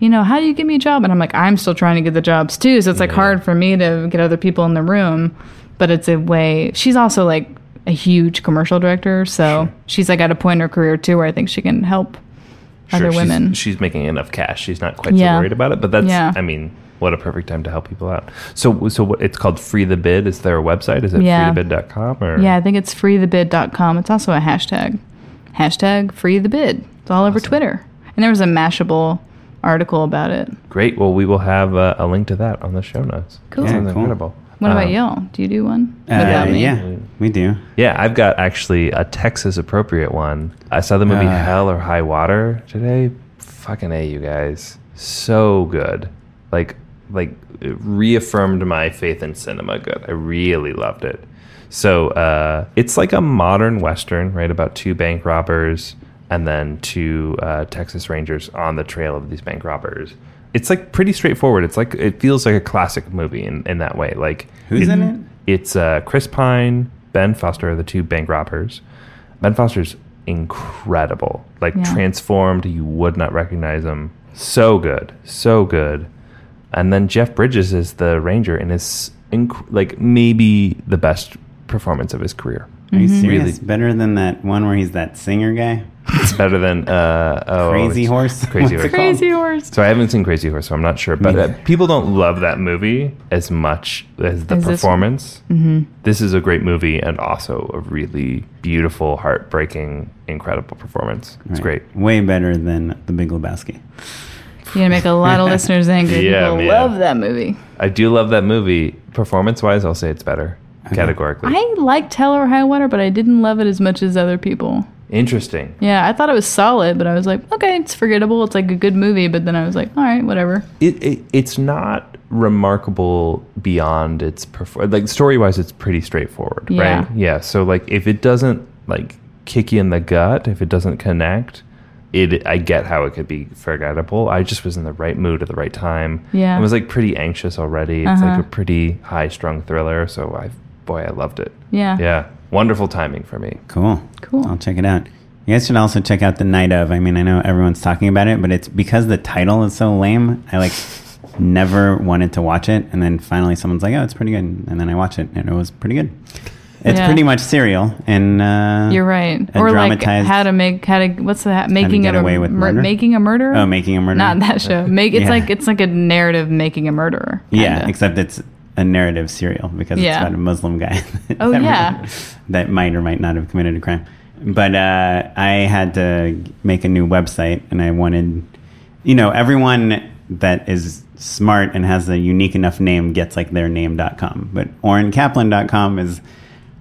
C: You know, how do you get me a job? And I'm like, I'm still trying to get the jobs too. So it's like hard for me to get other people in the room, but it's a way. She's also like a huge commercial director. So she's like at a point in her career too where I think she can help other
A: she's-
C: women.
A: She's, making enough cash. She's not quite
C: Yeah.
A: so worried about it. But that's,
C: Yeah.
A: I mean, what a perfect time to help people out. So, so what it's called Free the Bid. Is there a website? Is it
C: Yeah.
A: freethebid.com or?
C: Yeah, I think it's freethebid.com. It's also a hashtag. Hashtag free the bid. It's all over Twitter. And there was a Mashable article about it.
A: Great. Well, we will have uh, a link to that on the show notes.
C: Cool.
A: That
C: Yeah,
A: sounds
C: cool.
A: incredible.
C: What about
A: Um,
C: y'all? Do you do one?
B: Uh,
C: What about me?
B: yeah, we do.
A: Yeah, I've got actually a Texas appropriate one. I saw the movie
B: Ah.
A: Hell or High Water today. Fucking A, you guys. So good. Like like it reaffirmed my faith in cinema good. I really loved it. So uh, it's like a modern western, right? About two bank robbers and then two uh, Texas Rangers on the trail of these bank robbers. It's like pretty straightforward. It's like it feels like a classic movie in, in that way. Like
B: Who's in it?
A: it's uh, Chris Pine, Ben Foster are the two bank robbers. Ben Foster's incredible, like
B: Yeah.
A: transformed. You would not recognize him. So good, so good. And then Jeff Bridges is the ranger and is inc- like maybe the best performance of his career.
B: Are you
C: Mm-hmm.
B: serious? Better than that one where he's that singer guy?
A: It's better than uh, oh,
B: Crazy
A: it's-
B: Horse?
A: Crazy
B: What's
C: [laughs]
A: Horse.
B: it called? Crazy
C: Horse.
A: So I haven't seen Crazy Horse, so I'm not sure. But uh, people don't love that movie as much as the
C: As this-
A: performance.
C: Mhm.
A: This is a great movie and also a really beautiful, heartbreaking, incredible performance. It's
B: Right. Way better than The Big Lebowski.
C: You're gonna make
B: [laughs]
C: a lot of listeners angry.
A: Yeah,
C: People
A: man.
C: love that movie.
A: I do love that movie. Performance wise, I'll say it's better categorically.
C: I liked Hell or High Water, but I didn't love it as much as other people.
A: Interesting.
C: Yeah, I thought it was solid, but I was like, okay, it's forgettable. It's like a good movie, but then I was like, all right, whatever.
A: It, it it's not remarkable beyond its perfor- like story wise. It's pretty straightforward,
C: Yeah.
A: right? Yeah. So like, if it doesn't like kick you in the gut, if it doesn't connect, it I get how it could be forgettable. I just was in the right mood at the right time.
C: Yeah.
A: I was like pretty anxious already. It's
C: Uh-huh.
A: like a pretty high strung thriller. So I boy, I loved it.
C: Yeah.
A: Yeah. Wonderful timing for me.
B: Cool.
C: Cool.
B: I'll check it out. You guys should also check out The Night of. I mean, I know everyone's talking about it, but it's because the title is so lame. I like [laughs] never wanted to watch it. And then finally someone's like, oh, it's pretty good. And then I watch it and it was pretty good. It's
C: Yeah.
B: pretty much serial and uh,
C: You're right.
B: a
C: Or like
B: dramatized
C: how to make how to what's the making
B: Get
C: of a
B: Away with Murder?
C: making a murderer.
B: Oh, Making a Murderer.
C: Not that
B: [laughs]
C: show. Make it's
B: Yeah.
C: like it's like a narrative making a murderer.
B: Yeah, except it's a narrative serial because it's
C: Yeah.
B: about a Muslim guy. [laughs]
C: Oh,
B: that
C: yeah.
B: might- that might or might not have committed a crime. But uh, I had to make a new website, and I wanted, you know, everyone that is smart and has a unique enough name gets like their name.com. But orinkaplan.com is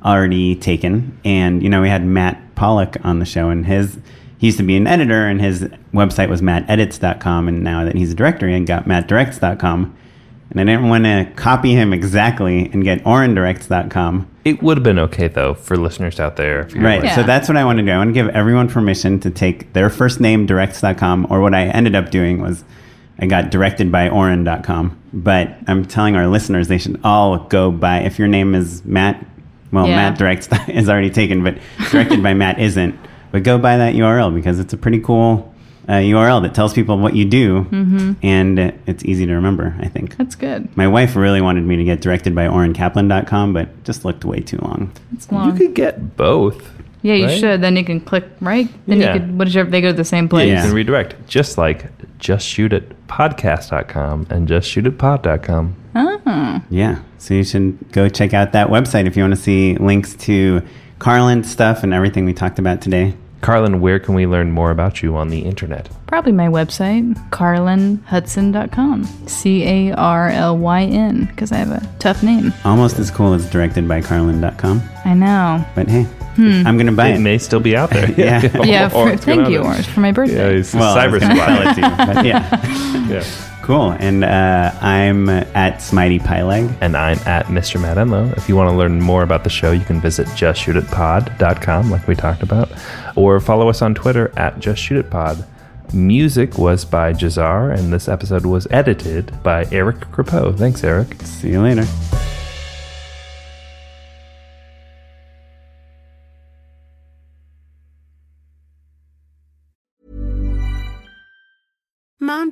B: already taken. And, you know, we had Matt Pollock on the show, and his, he used to be an editor, and his website was mattedits.com. And now that he's a director, he got mattdirects.com. And I didn't want to copy him exactly and get orindirects.com.
A: It would have been okay though for listeners out there. If you're
B: Right.
A: like-
B: So that's what I want to do. I want to give everyone permission to take their first name, directs.com, or what I ended up doing was I got directed by orin.com. But I'm telling our listeners they should all go by, if your name is Matt, well,
C: Yeah.
B: Matt directs [laughs] is already taken, but directed by Matt isn't. But go by that URL because it's a pretty cool uh, URL that tells people what you do
C: Mm-hmm.
B: and it's easy to remember, I think.
C: That's good.
B: My wife really wanted me to get directed by orinkaplan.com, but just looked way too long.
C: It's long.
A: You could get both.
C: yeah, you
A: right?
C: should. Then you can click right. Then
A: Yeah.
C: you could whichever they go to the same
A: Yeah,
C: place.
A: you can redirect. Just like just shoot at podcast.com and just shoot at pod.com.
C: Oh.
B: Yeah. So you should go check out that website if you want to see links to Carlin's stuff and everything we talked about today.
A: Carlin, where can we learn more about you on the internet?
C: Probably my website, carlinhudson.com. C A R L Y N, because I have a tough name.
B: Almost as cool as directed by Carlin.com.
C: I know.
B: But hey,
C: Hmm.
B: I'm going to buy
A: It
B: it.
A: may still be out there.
B: [laughs] Yeah.
A: [laughs]
C: yeah,
A: Or
C: for,
A: it's gonna
C: thank you,
A: be-
C: Orange, for my birthday.
A: it's
B: Well, I
A: cyber
B: was gonna
A: squad.
B: sell it to you, but yeah.
A: yeah.
B: [laughs] Cool. And uh, I'm at Smitey Pyleg.
A: [laughs] And I'm at Mr. Matt Enlow. If you want to learn more about the show, you can visit justshootitpod.com, like we talked about, or follow us on Twitter at justshootitpod. Music was by Jazar, and this episode was edited by Eric Crepeau. Thanks, Eric.
B: See you later.
J: Mom